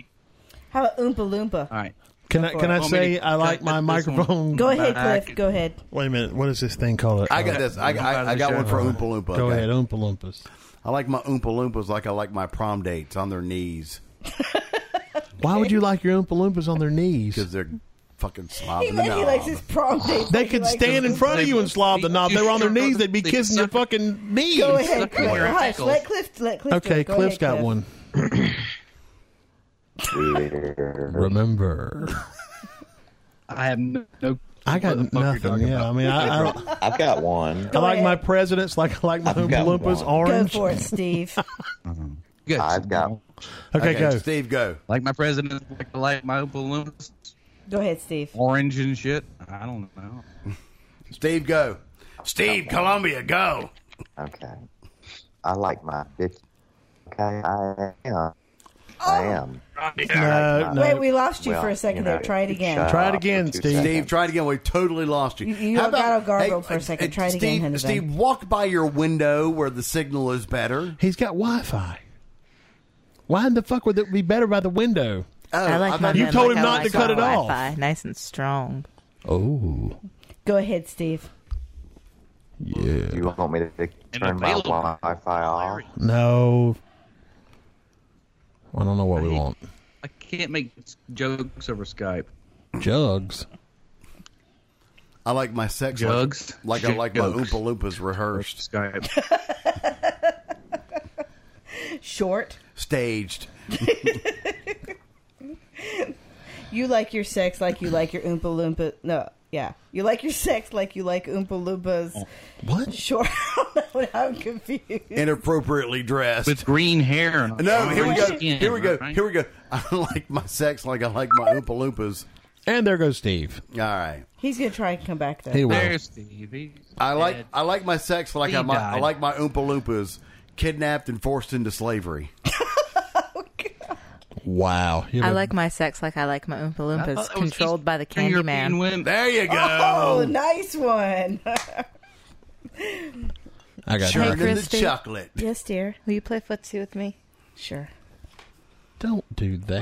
How about Oompa Loompa? All right. Can I can I Want me say to I like cut my this microphone? Go ahead, Back. Cliff. Go ahead. Wait a minute. What is this thing called? I got this. I, I, I got one for Oompa Loompa. Go okay? ahead, Oompa Loompas. I like my Oompa Loompas like I like my prom dates on their knees Why would you like your Oompa Loompas on their because knees? they're fucking Oh, He, slobbing the he likes his knob. prom dates. They like he could likes stand his in front of you and slob the knob. They were on their knees. They'd be They kissing your suck- fucking knees. Go ahead, Suck Cliff. on your Hush, ankles. let Cliff. Let Cliff. do Okay, it. Go Cliff's got ahead, Cliff. one. Remember, I have no. no I got What the fuck are you nothing. talking Yeah, I about? mean, I, I, I've got one. I Go like ahead. my presidents. Like I like my I've Oompa got Loompas one. Go orange. for it, Steve. Good. I've got Okay, Okay, go. Steve, go. like my president, like I like my balloons, Go ahead, Steve. orange and shit. I don't know. Steve, go. Steve, Columbia, go. okay. I like my bitch. Okay, I am. I am. No, no. Oh. Wait, we lost you Well, for a you second know, there. Try it again. shut Try it up for again, two Steve. seconds. Steve, try it again. We totally lost you. You- you How got a gargle hey, for a second. uh, Try it Steve, again, Henderson. Steve, walk by your window where the signal is better. He's got Wi-Fi. Why in the fuck would it be better by the window? Oh, I like my thought You men told like him I not like to cut my it off. Wi-Fi, Nice and strong. Oh, Go ahead, Steve. yeah. You want me to turn my available. Wi-Fi off? No. I don't know what we want. I can't make jokes over Skype. Jugs. I like my sex Jugs. like, like I like my Jugs. Oompa Loompas rehearsed, Skype. Short. staged. You like your sex like you like your Oompa Loompa. No, yeah. You like your sex like you like Oompa Loompas. Oh, What? Short. I don't know. I'm confused. inappropriately dressed. With green hair and no, here we orange go. skin, Here we go. right? Here we go. I like my sex like I like my Oompa Loompas. And there goes Steve. All right. He's gonna try and come back though. He will. There's Steve. He's I like dead. I like my sex like I, my, I died. like my Oompa Loompas kidnapped and forced into slavery. Wow. You I know- like my sex like I like my Oompa I Loompas, thought that was controlled by the Eastern candy European man. women. There you go. Oh, nice one. I got Churning nothing. Hey, the Christy. chocolate. yes, dear. Will you play footsie with me? Sure. Don't do that.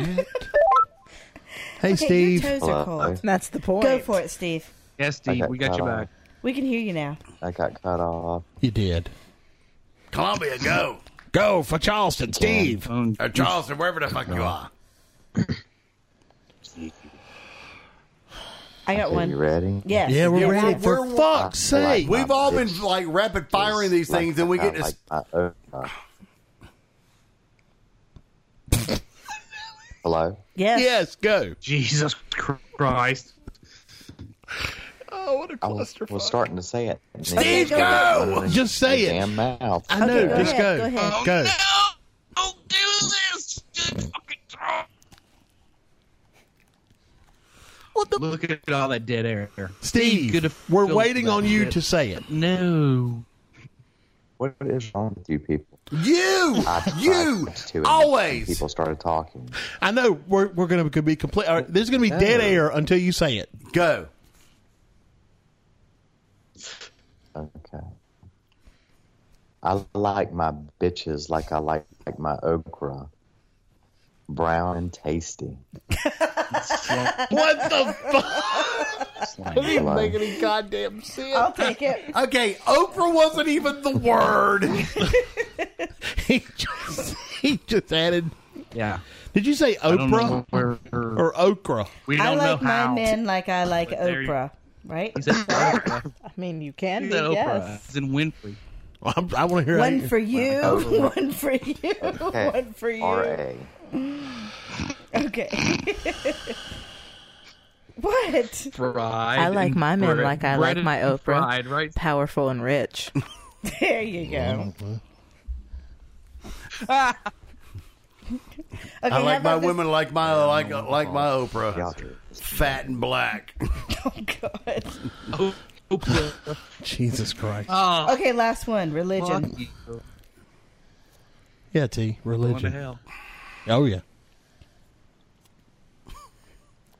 hey, Okay, Steve. Your toes are Hello. cold. That's the point. Go for it, Steve. Yes, Steve. Okay, We got your bye-bye. back. We can hear you now. I got cut off. You did. Columbia, go. Go for Charleston, Steve. Phone. Or Uh, Charleston, wherever the fuck you are. I got Are you one. ready? Yes. Yeah, we're Yeah, we're- ready. for we're- fuck's I like sake. my We've all bitch been like rapid firing these like things, and we I get to like my own- uh, Hello. Yes. yes, go. Jesus Christ. Oh, what a I was, was starting to say it. and then Steve, you got one go! in Just your say it. Damn mouth. I know. Okay, go just ahead, go. go Oh, ahead. Go. Don't do this. Just fucking talk. What the? Look at all that dead air. Steve, could've we're filled waiting that on you shit. to say it. No. What is wrong with you people? you, I tried you, to, and always. People started talking. I know we're we're going to be complete. all right, There's going to be dead No. air until you say it. Go. Okay. I like my bitches like I like, like my okra. Brown and tasty. What the fuck? Hello. any goddamn sense. I'll take it. Okay, okra wasn't even the word. he just he just added. Yeah. Did you say I don't Oprah know where, where- or okra? we I don't like know my how. men like I like there you- Oprah. Right? Is that Oprah? I mean, you can Is be, that Oprah? yes. It's in Winfrey. I, I want to hear. One how- for you, one for you, one for you. R A. Okay. What? fried. I like and my men bread- like I like breaded my and Oprah. Fried, right? Powerful and rich. There you go. I Okay, how like my about this- women like my like like my Oprah, Y'all do. fat and black. God. Oh, Oprah. Jesus Christ. Oh, Okay, last one. Religion. fuck you. yeah, T. Going to Religion. hell. Oh, yeah.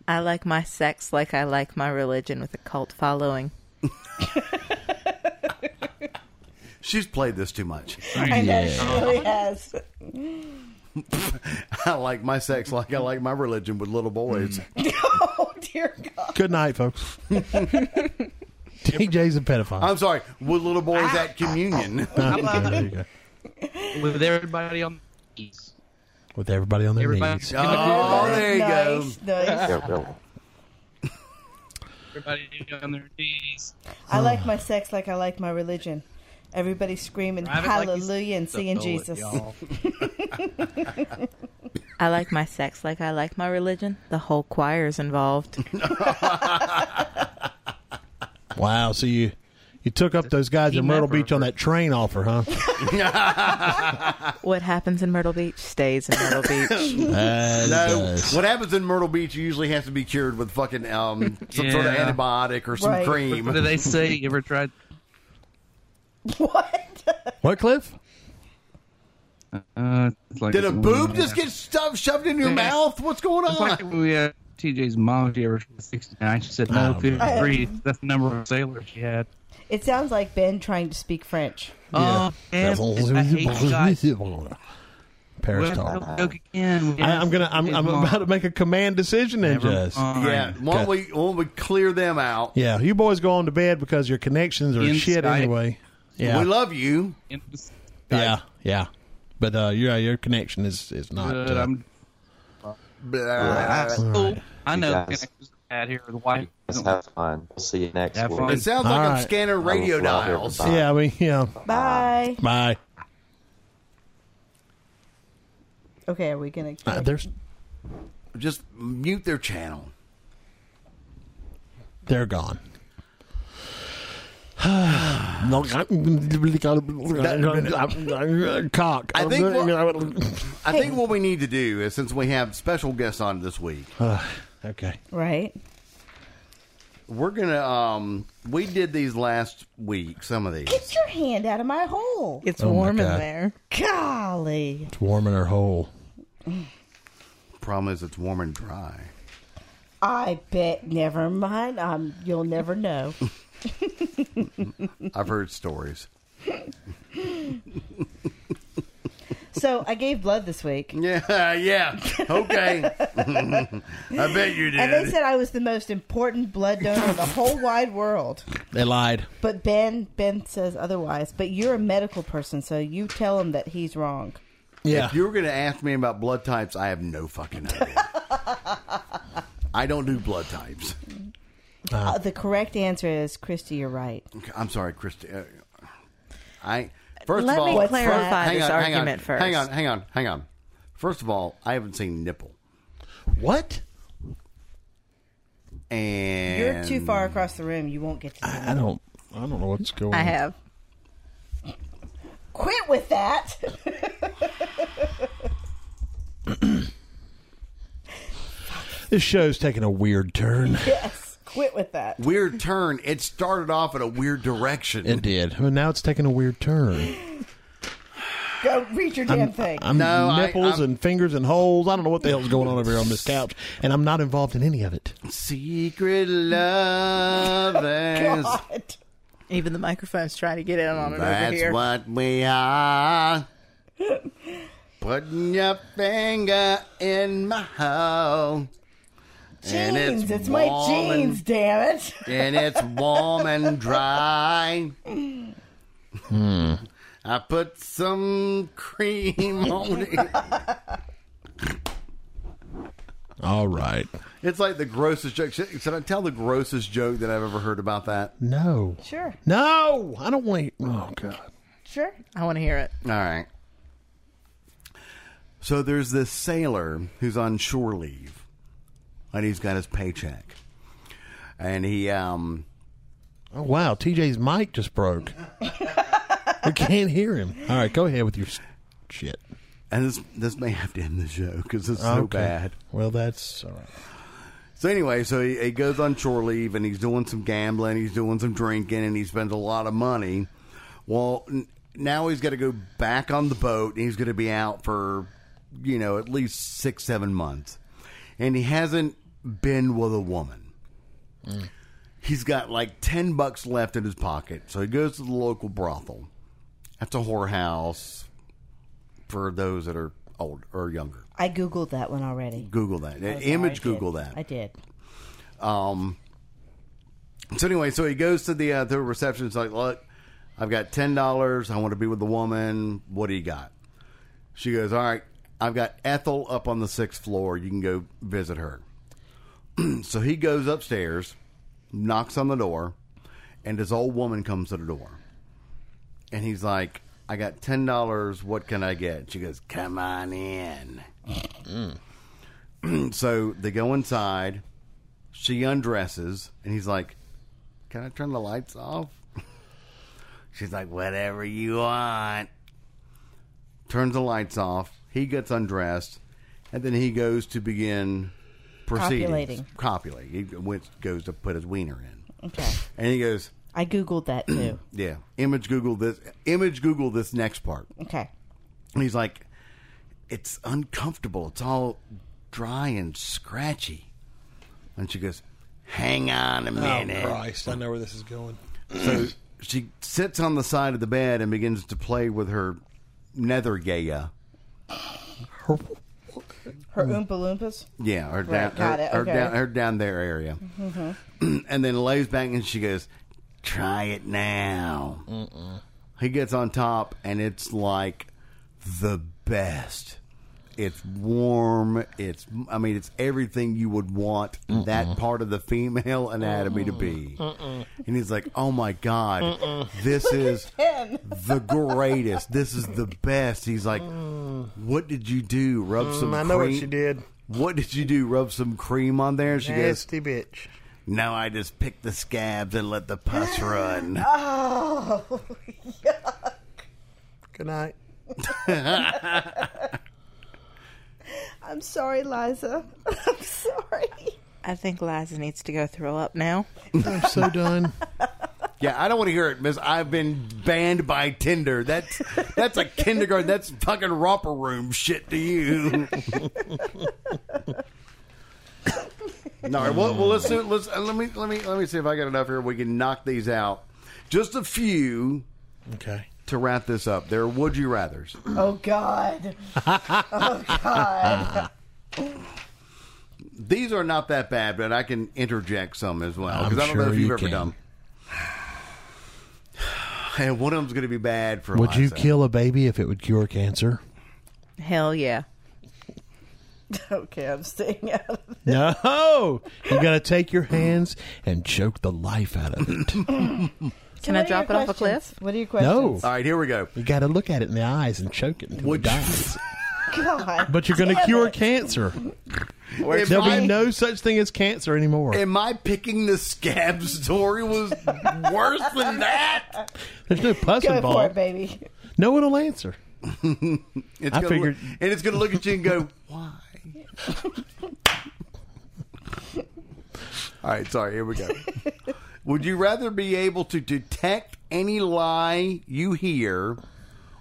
I like my sex like I like my religion with a cult following. She's played this too much. I know she really has. I like my sex like I like my religion with little boys. Oh dear God. Good night, folks. DJ's a pedophile. I'm sorry, with little boys at communion. Oh, Okay, there you go. With everybody on the east. With everybody on their Everybody, knees. Oh, there you go. nice, Nice. Yeah, really. everybody on their knees. I like my sex like I like my religion. Everybody screaming Drive it like you hallelujah and singing Stole it, Jesus. y'all. I like my sex like I like my religion. The whole choir's involved. Wow. So you you took up those guys in Team Myrtle effort. Beach on that train offer, huh? what happens in Myrtle Beach stays in Myrtle Beach. That No, does. what happens in Myrtle Beach usually has to be cured with fucking um, some sort of Yeah. antibiotic or some Right. cream. What do they say? You ever tried? What? What, Cliff? Uh, it's like Did a it's- boob just get stuffed, shoved in your Yeah. mouth? What's going It's like on? when we had TJ's mom. She ever she was 69. She said no, Oh, 53. That's the number of sailors she had. It sounds like Ben trying to speak French. Oh, man, I hate you guys. Paris Well, talk. I'll joke again. I, I'm gonna. I'm, His I'm mom. about to make a command decision in Never just. mind. Yeah, won't we won't we clear them out? Yeah, you boys go on to bed because your connections are In shit Skype. anyway. Yeah, We love you. yeah, yeah. But uh, yeah, your connection is is not. Good, uh, I'm- Blah. Oh, I know. You guys- I had here. The wife. Just have fun. We'll see you next Have week. fun. It sounds like All I'm right. scanning radio love dials. everybody. yeah, I mean, yeah. Bye. Bye. Okay, are we gonna? Uh, there's Just mute their channel. they're gone. cock. I think I think what we need to do is, since we have special guests on this week, okay. right. we're gonna um we did these last week. Some of Get these. your hand out of my hole. It's Oh my warm in God. there. Golly. It's warm in her hole. Problem is, it's warm and dry. I bet. Never mind. Um, you'll never know. I've heard stories. so I gave blood this week, Yeah, yeah. Okay. I bet you did. and they said I was the most important blood donor in the whole wide world. They lied. But Ben, Ben says otherwise. But you're a medical person, so you tell him that he's wrong. Yeah. if you were going to ask me about blood types, I have no fucking idea. I don't do blood types. Uh-huh. Uh, the correct answer is Christy. You're right. Okay, I'm sorry, Christy. uh, I first Let of all, me first- clarify hang this on, hang on, argument first. Hang on, hang on, hang on. First of all, I haven't seen nipple, What? and You're too far across the room. You won't get to. See I don't. I don't know what's going. on. I have. Quit with that. This show's taking a weird turn. yes. Quit with that. Weird turn. It started off in a weird direction. It did. Well, now it's taking a weird turn. Go read your damn thing. I'm No, I- nipples I'm- and fingers and holes. I don't know what the hell's going on over here on this couch, and I'm not involved in any of it. Secret lovers. God. Even the microphone's trying to get in on it over That's here. what we are. Putting your finger in my hole. And Jeans. It's, my warm jeans, damn it. And, and it's warm and dry. Hmm. I put some cream on it. All right. It's like the grossest joke. Should, should I tell the grossest joke that I've ever heard about that? No. Sure. No. I don't want. Oh God. Sure. I want to hear it. All right. So there's this sailor who's on shore leave, and he's got his paycheck. and he um Oh wow, TJ's mic just broke. we can't hear him. All right, go ahead with your s- shit. and this this may have to end the show because it's so Okay. bad. Well, that's all right. So anyway, so he, he goes on shore leave and he's doing some gambling, he's doing some drinking, and he spends a lot of money. Well, n- now he's got to go back on the boat, and he's going to be out for you know at least six seven months, and he hasn't been with a woman. He's got like ten bucks left in his pocket, so he goes to the local brothel. That's a whorehouse for those that are old or younger. I googled that one already. Google that. I'm sorry, Oh, I Image did. Google that. I did. Um. So anyway, so he goes to the uh, the reception. He's like, "Look, I've got ten dollars. I want to be with the woman. What do you got?" She goes, "All right, I've got Ethel up on the sixth floor. You can go visit her." so he goes upstairs, knocks on the door, and this old woman comes to the door, and he's like, "I got ten dollars. What can I get?" She goes, "Come on in." so they go inside. She undresses, and he's like, "Can I turn the lights off?" She's like, "Whatever you want." Turns the lights off. He gets undressed, and then he goes to begin proceedings. Copulating. Copulate. He went, goes to put his wiener in, Okay. and he goes, I googled that too. "Yeah." Image Google this. Image Google this next part. Okay. And he's like, It's uncomfortable. It's all dry and scratchy. And she goes, Hang on a minute. Oh, I know where this is going. so she sits on the side of the bed and begins to play with her nether gaya. Hmm. Her Oompa Loompas? Yeah, her down, Right, got her, it, her okay. Mm-hmm. down, her down there area, and then lays back and she goes, "Try it now." He gets on top, and it's like the best. It's warm. It's I mean, it's everything you would want that part of the female anatomy to be. And he's like, "Oh my god, this is the greatest. This is the best." He's like, "What did you do? Rub some? Mm. I know what cream- you did. what did you do? Rub some cream on there? And she goes, Nasty bitch. No, I just picked the scabs and let the pus run. Good night. I'm sorry, Liza. I'm sorry. I think Liza needs to go throw up now. I'm so done. yeah, I don't want to hear it, miss. I've been banned by Tinder. That's that's a kindergarten. That's fucking romper room shit to you. no, all right, well, well let's do, let's uh, let me let me let me see if I got enough here. We can knock these out. Just a few Okay. to wrap this up. There, would you rather's. Oh, God. Oh, These are not that bad, but I can interject some as well because I'm I don't know sure if you've you ever can. done. And one of them's going to be bad for. Would you Liza. kill a baby if it would cure cancer? Hell yeah. Okay, I'm staying out of this. No. You got to take your hands and choke the life out of it. Can I drop it off a cliff? What are your No. questions? All right, here we go. You got to look at it in the eyes and choke it until Would it dies. God. But you're going to cure cancer. If There'll my, be no such thing as cancer anymore. if my picking the scab story was worse than that. There's no pus Go for it, involved. baby. No one will answer. It's I gonna figured- look- and it's going to look at you and go, "Why?" All right, sorry. Here we go. Would you rather be able to detect any lie you hear,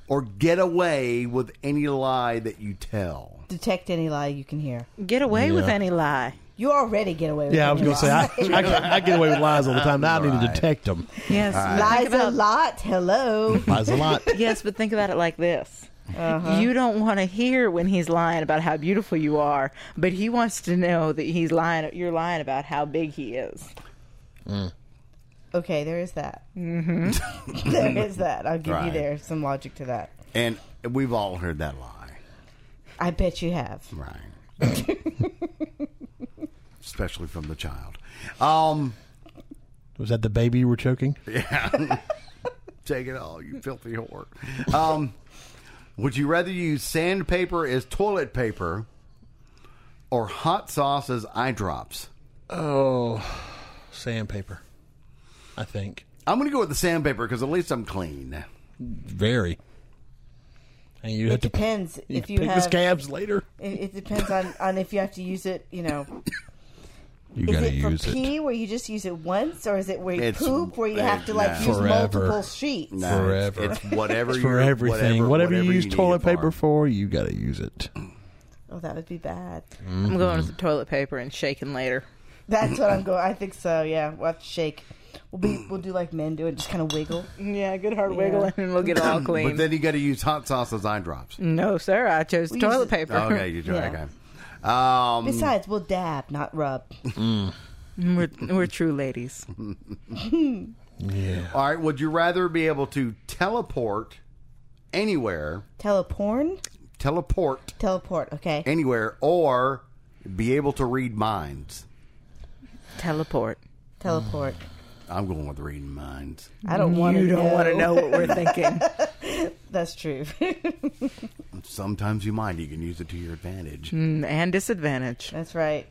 or get away with any lie that you tell? Detect any lie you can hear. Get away with Yeah. any lie. You already get away with Yeah, I was any going to say, lie. I, I, I get away with lies all the time. Now I need to detect them. Yes. Lies Think about- a lot. Hello. Lies a lot. yes, but think about it like this. You don't want to hear when he's lying about how beautiful you are, but he wants to know that he's lying. You're lying about how big he is. Okay, there is that. Mm-hmm. there is that. I'll give you Right. there some logic to that. And we've all heard that lie, I bet you have. right? Especially from the child. Um, Was that the baby you were choking? Take it all, you filthy whore. Um, would you rather use sandpaper as toilet paper or hot sauce as eye drops? Oh, sandpaper. I think I'm going to go with the sandpaper because at least I'm clean. very. And you have to Depends you if you pick the have. It, scabs later. it depends on on if you have to use it. You know, You is it for pee where you just use it once, or is it where you It's- poop where you have to like it's- use nah. Forever. multiple sheets? No, it's- Forever. It's, whatever for you're- everything. Whatever, you use need it toilet for. paper for, you got to use it. Oh, that would be bad. I'm going with the toilet paper and shaking later. That's what I'm going. I think so. Yeah, we'll have to shake. We'll be. We'll do like men do and just kind of wiggle. Yeah, good hard wiggling, and we'll get it all But clean. then you got to use hot sauce as eye drops. no, sir, I chose the We use toilet the- paper. Okay, you do. Yeah. Okay. Um, Besides, we'll dab, not rub. we're, we're true ladies. Yeah. all right. Would you rather be able to teleport anywhere, Teleporn, teleport teleport. Okay. anywhere, or be able to read minds? Teleport. Teleport. I'm going with reading minds. I don't want to. You don't want to know. what we're thinking. That's true. Sometimes you mind. You can use it to your advantage. and disadvantage. That's right.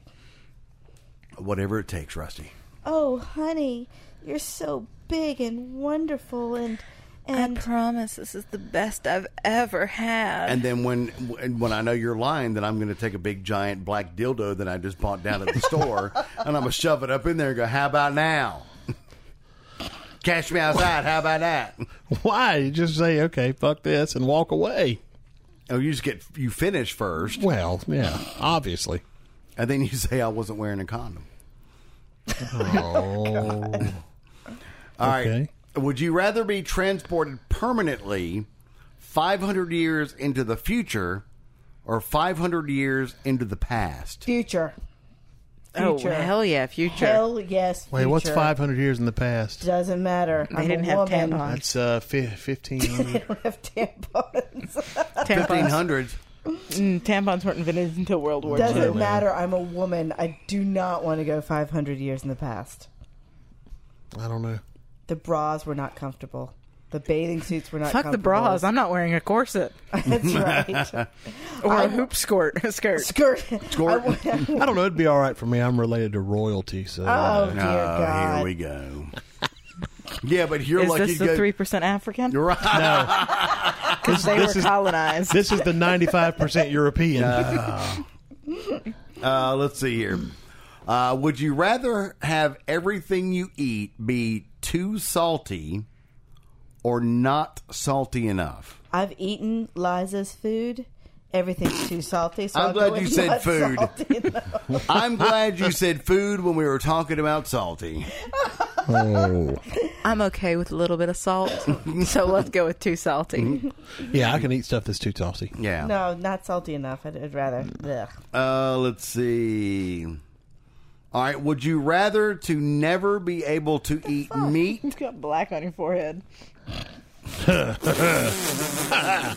Whatever it takes, Rusty. Oh, honey, you're so big and wonderful and I and promise this is the best I've ever had. And then when when I know you're lying, then I'm going to take a big giant black dildo that I just bought down at the store, and I'm gonna shove it up in there and go, "How about now? Cash me outside. How about that? Why? You just say, okay, fuck this, and walk away. Oh, you just get you finish first, Well, yeah, obviously. and then you say I wasn't wearing a condom. Oh, All right. Okay. Would you rather be transported permanently 500 years into the future or 500 years into the past? future. oh, Future. hell yeah, future. Hell yes. wait, what's future. five hundred years in the past? Doesn't matter. I'm didn't a have woman. tampons. That's uh, fifteen They hundred. don't have tampons. tampons, 1500s. mm, tampons weren't invented until World War Doesn't II. matter. I'm a woman. I do not want to go 500 years in the past. I don't know. The bras were not comfortable. The bathing suits were not. Fuck the comfortable. bras. I'm not wearing a corset That's right. or a hoop skirt. skirt. Skirt. Skirt. I don't know. It'd be all right for me. I'm related to royalty, so Oh uh, dear Oh, God. here we go. Yeah, but you're Is like this you the go. three percent African? You're right. Because they this were is- colonized. this is the ninety-five percent European. Uh, let's see here. Uh, would you rather have everything you eat be too salty or not salty enough? I've eaten Liza's food. Everything's too salty. So I'm I'll glad go you with said not food. salty enough. I'm glad you said food when we were talking about salty. oh, I'm okay with a little bit of salt, so let's go with too salty. yeah, I can eat stuff that's too tossy. Yeah. No, not salty enough. I'd, I'd rather. Ugh. Uh, let's see. All right. Would you rather to never be able to eat meat? You've got black on your forehead. How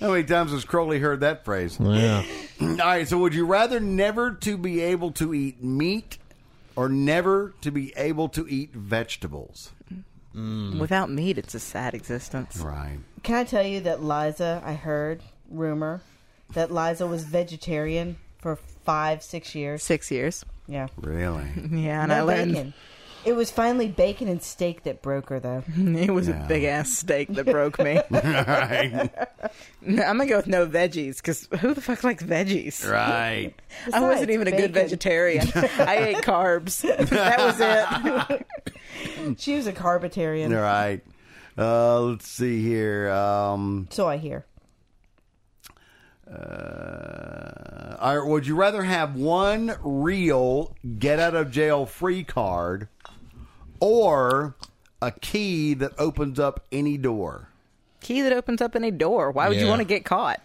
many times has Crowley heard that phrase? Yeah, All right. So, would you rather never to be able to eat meat or never to be able to eat vegetables? Without meat, it's a sad existence. Right. Can I tell you that Liza? I heard rumor that Liza was vegetarian for five, six years. Six years. Yeah, Really? Yeah, and No I learned bacon. It was finally bacon and steak that broke her, though. it was a big ass steak that broke me. right. No, I'm gonna go with no veggies because who the fuck likes veggies? Right. I wasn't Besides even a good bacon. vegetarian. I ate carbs. that was it. She was a carbitarian, All right. Uh, let's see here. Um, so I hear. uh, all right, would you rather have one real get out of jail free card or a key that opens up any door? Key that opens up any door. Why would you Yeah. want to get caught?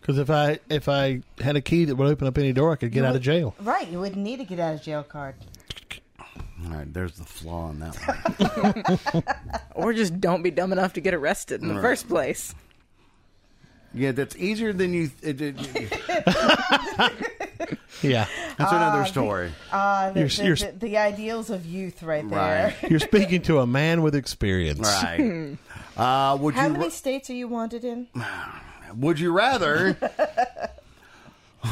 because if I if I had a key that would open up any door, I could get out of jail. Right, you wouldn't need to get out of jail card. All right, there's the flaw in that one. Or just don't be dumb enough to get arrested in the first place. Yeah, that's easier than you. It, it, that's Yeah, another story. Uh, the, You're- the, you're- the- the ideals of youth, right there. Right. you're speaking to a man with experience. Right. Uh, would How you? many states are you wanted in? Would you rather?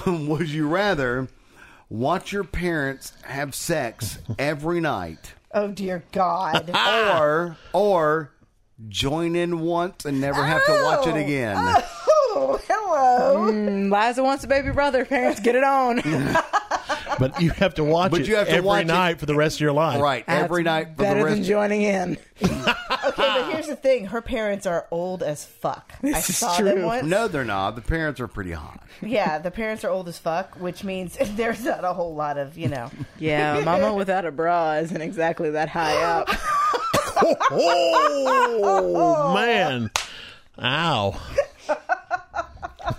would you rather watch your parents have sex every night, Oh dear God. Ah. or or join in once and never have to watch it again. Ah. oh, hello. Mm, Liza wants a baby brother. Parents, get it on. But you have to watch But it you have to every watch it- night for the rest of your life. Right, every That's night for better the rest. than joining in. Okay, but here's the thing: her parents are old as fuck. I is saw true. them once. no, they're not. The parents are pretty hot. Yeah, the parents are old as fuck, which means there's not a whole lot of you know. Yeah, Mama without a bra isn't exactly that high up. Oh man. Ow.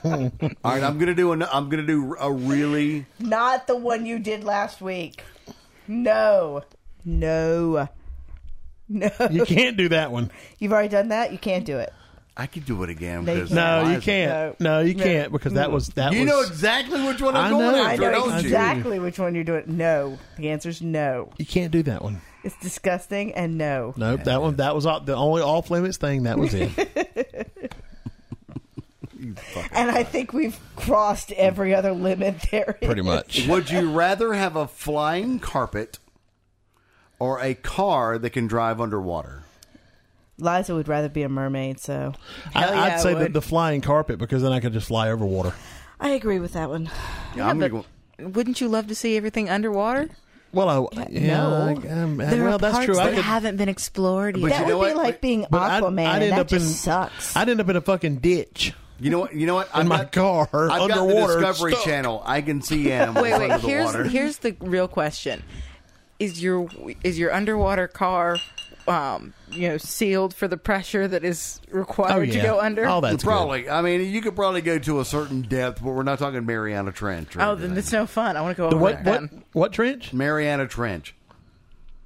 All right, I'm gonna do an, I'm gonna do a really Not the one you did last week. No, no, no. You can't do that one. You've already done that. You can't do it. I could do it again. They 'cause can't. No, Liza- you can't. No, you can't because that was that You was know exactly which one I'm I going know. I after, know don't you? exactly which one you're doing. No, the answer's no. you can't do that one. It's disgusting and no. Nope, that one that was all, the only off limits thing that was it. And I think we've crossed every other limit there. is. Pretty much. Would you rather have a flying carpet or a car that can drive underwater? Liza would rather be a mermaid, so I, Hell yeah, I'd say I the, would. the flying carpet because then I could just fly over water. I agree with that one. Yeah, I'm gonna go. Wouldn't you love to see everything underwater? Well, I, yeah, no. I- um, There well, are that's parts true. that I could, haven't been explored yet. But that you know would be what? like being but I'd- Aquaman. I'd end and that up just in- sucks. I'd end up in a fucking ditch. You know what? You know what? In I've my got- car, I've underwater, got the Discovery stuck. Channel. I can see animals wait, wait. under the Here's water. here's the real question: Is your is your underwater car, um, you know, sealed for the pressure that is required Oh, to yeah. go under? All that's good. probably. I mean, you could probably go to a certain depth, but we're not talking Mariana Trench. or Oh, then anything. it's no fun. I want to go The over what, what, what, what trench? Mariana Trench.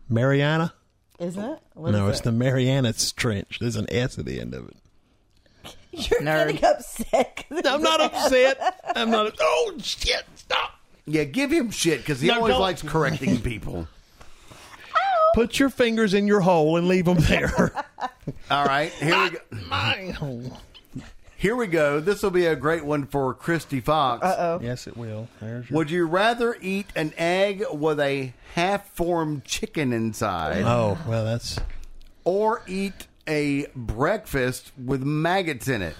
Mariana? Isn't it? What No, is it's it? the Mariana Trench. There's an S at the end of it. You're Nerd. getting upset. 'cause I'm not upset. I'm not. Oh shit! Stop. Yeah, give him shit because he No, always don't. likes correcting people. Put your fingers in your hole and leave them there. All right, here we go. My hole. Here we go. This will be a great one for Christy Fox. Yes, it will. There's your. Would you rather eat an egg with a half-formed chicken inside, Oh well, that's. or eat a breakfast with maggots in it?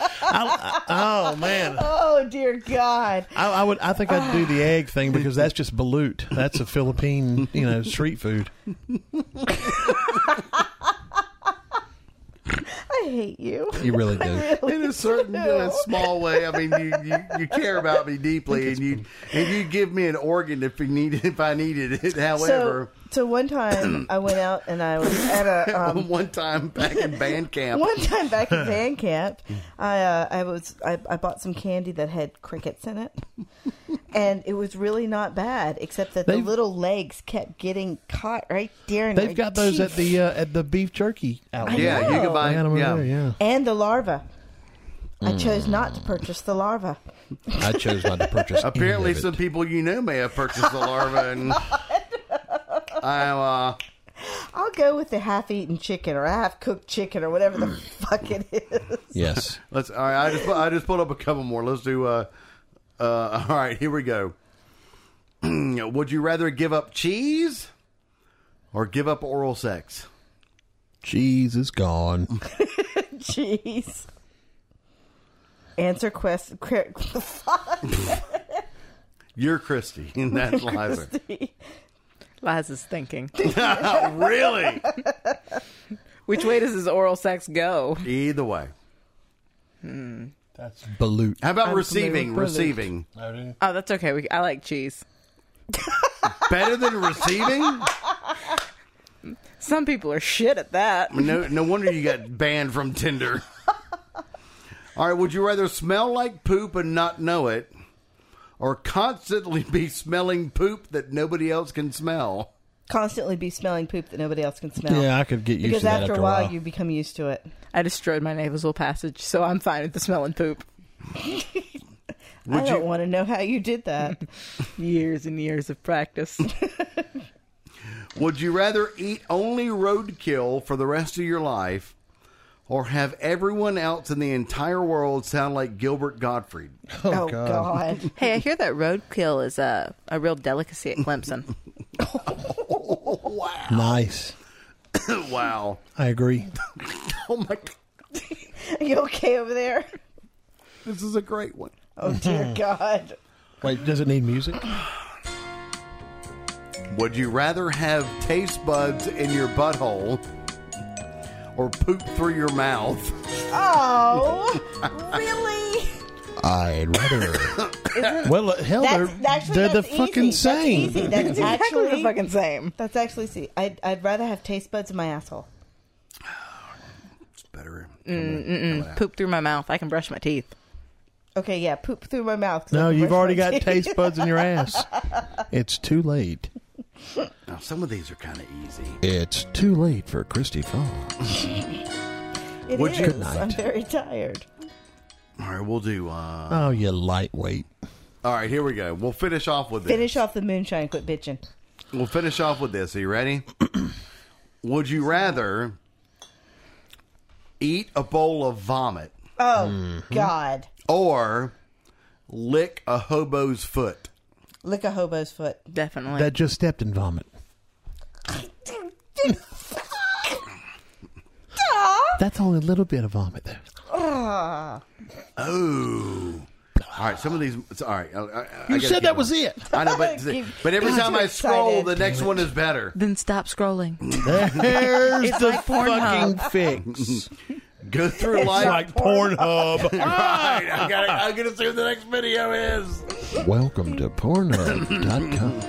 Oh man. Oh dear God! I, I would. I think I'd do the egg thing because that's just balut. That's a Philippine, you know, street food. I hate you. You really do. In a certain uh, small way, I mean, you, you, you care about me deeply, and you and you give me an organ if you need if I needed it. So, However, so one time I went out and I was at a um, one time back in band camp, One time back in band camp, I uh, I was I, I bought some candy that had crickets in it, and it was really not bad, except that the They've- little legs kept getting caught right there. In They've my got those at teeth. the uh, at the beef jerky outlet. yeah, you can know. buy They got 'em over yeah. there, yeah. and the larva. I Mm. chose not to purchase the larva. I chose not to purchase. Apparently, any of it. some people you know may have purchased the larva, and I'm uh, I'll go with the half-eaten chicken or half-cooked chicken or whatever the fuck it is. Yes. Let's. All right. I just. pu- I just pulled up a couple more. Let's do. Uh, uh, all right. Here we go. Would you rather give up cheese or give up oral sex? Cheese is gone. Jeez. Answer quest. cri- You're Christy, and that's Liza. Liza's thinking. Oh, really? Which way does his oral sex go? Either way. That's balut. How about receiving? Receiving Oh, that's okay. We, I like cheese. better than receiving? Some people are shit at that. No. No wonder you got banned from Tinder. All right. Would you rather smell like poop and not know it, or constantly be smelling poop that nobody else can smell? Constantly be smelling poop that nobody else can smell. Yeah, I could get used because to that after a while, you become used to it. I destroyed my nasal passage, so I'm fine with the smell and poop. I don't want to know how you did that. Years and years of practice. Would you rather eat only roadkill for the rest of your life or have everyone else in the entire world sound like Gilbert Gottfried? Oh, God. Hey, I hear that roadkill is a, a real delicacy at Clemson. Nice. wow. I agree. Oh my God. Are you okay over there? This is a great one. Oh, Mm. dear God. Wait, does it need music? Would you rather have taste buds in your butthole or poop through your mouth? Oh, really? I'd rather. well, uh, hell, That's, they're, actually, they're the that's easy. fucking That's same. easy. That's Actually, the actually fucking same. That's actually see. I'd, I'd rather have taste buds in my asshole. It's better. Poop through my mouth. I can brush my teeth. Okay, yeah, poop through my mouth. 'cause I No, can you've brush already my got teeth. taste buds in your ass. It's too late. Now, some of these are kind of easy. It's too late for Christy Fong. It Would you- is. Good night. I'm very tired. All right, we'll do. Uh, Oh, you lightweight. all right, here we go. We'll finish off with this. Finish off the moonshine. Quit bitching. We'll finish off with this. Are you ready? Would you rather eat a bowl of vomit Oh mm-hmm. God! or lick a hobo's foot? Lick a hobo's foot. Definitely. That just stepped in vomit. That's only a little bit of vomit there. Oh. All right, some of these. All right, I- I, I You gotta said keep that was going. it. I know, but, Keep- but every God, time you're I scroll, excited. the next one is better. then stop scrolling. There's It's the like fucking Pornhub. fix. Go through life. Pornhub. right, I gotta, I'm gonna see what the next video is. Welcome to Pornhub.com.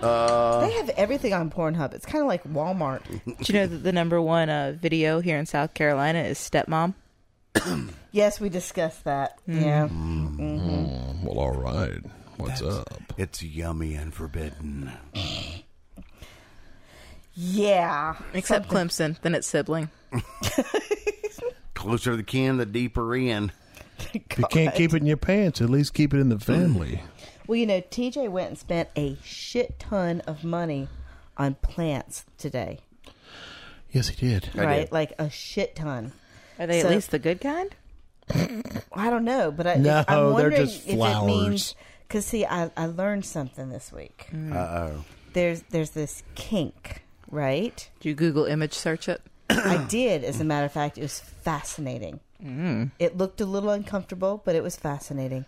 They have everything on Pornhub. It's kind of like Walmart. Mm. Do you know that the number one uh, video here in South Carolina is stepmom? Yes, we discussed that. Yeah. Mm. Well, all right. What's up? It's yummy and forbidden. Yeah. Except Clemson, then it's sibling. Closer to the can, the deeper in. If you can't keep it in your pants, at least keep it in the family. Well, you know, TJ went and spent a shit ton of money on plants today, Yes, he did. did. right? Like a shit ton. Are they So- at least the good kind? I don't know, but I, No, they're I'm wondering just if it flowers. Mm. means because see, I, I learned something this week. Uh oh. There's there's this kink, right? Do you Google image search it? I did, as a matter of fact. It was fascinating. Mm. It looked a little uncomfortable, but it was fascinating.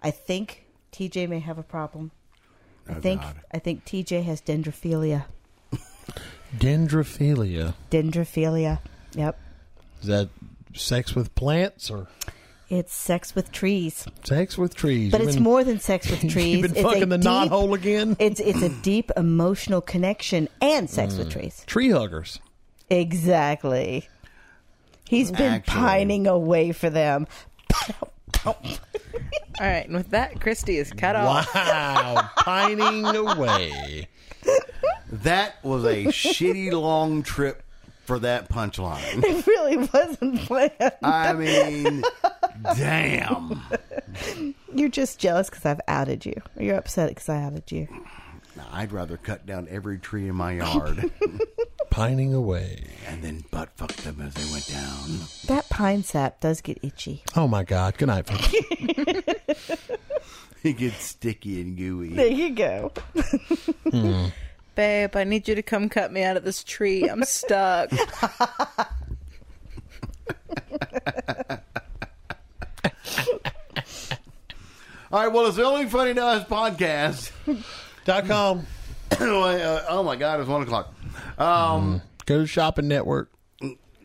I think TJ may have a problem. I think God. I think TJ has dendrophilia. Dendrophilia. Dendrophilia. Yep. Is that sex with plants or It's sex with trees, sex with trees? but You've it's been- more than sex with trees. You've been It's a fucking the deep- knot hole again. It's it's a deep emotional connection and sex Mm. with trees. Tree huggers. Exactly. He's been Actually. pining away for them. All right, and with that, Christy is cut off. Wow, pining away. That was a shitty long trip for that punchline. It really wasn't planned. I mean, damn. You're just jealous because I've outed you. Or You're upset because I outed you. Now, I'd rather cut down every tree in my yard Pining away. and then butt fuck them as they went down. That pine sap does get itchy. Oh my God. Good night, folks. It gets sticky and gooey. There you go. Babe, I need you to come cut me out of this tree. I'm stuck. All right, well, it's the only funny to us podcast. Dot com. Uh, oh my god, it's one o'clock. Um, Go to Shopping Network.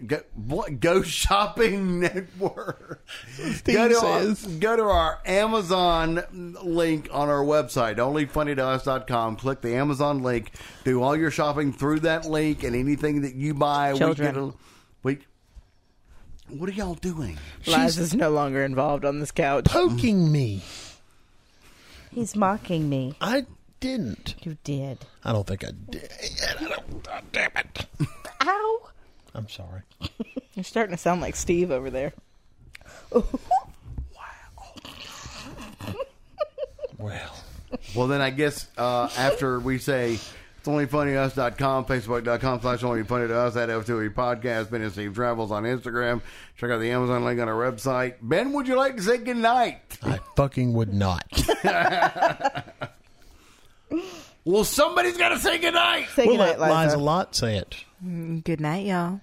go, what, go shopping network. Go Steve to, our, says. go to our Amazon link on our website, onlyfunnytos.com. Click the Amazon link. Do all your shopping through that link, and anything that you buy, Children. we get. A, we, what are y'all doing? Liz is no longer involved on this couch. Poking me. He's mocking me. I didn't. You did. I don't think I did. I don't- oh, damn it. Ow! I'm sorry. You're starting to sound like Steve over there. Well, Well, then I guess uh, after we say It's onlyfunnyus.com, facebook.com slash onlyfunnyus, at F2E E Podcast, Ben and Steve Travels on Instagram. Check out the Amazon link on our website. Ben, would you like to say goodnight? I fucking would not. Well, somebody's got to say goodnight. Say we'll goodnight, let Liza. Liza Lot say it. Good night, y'all.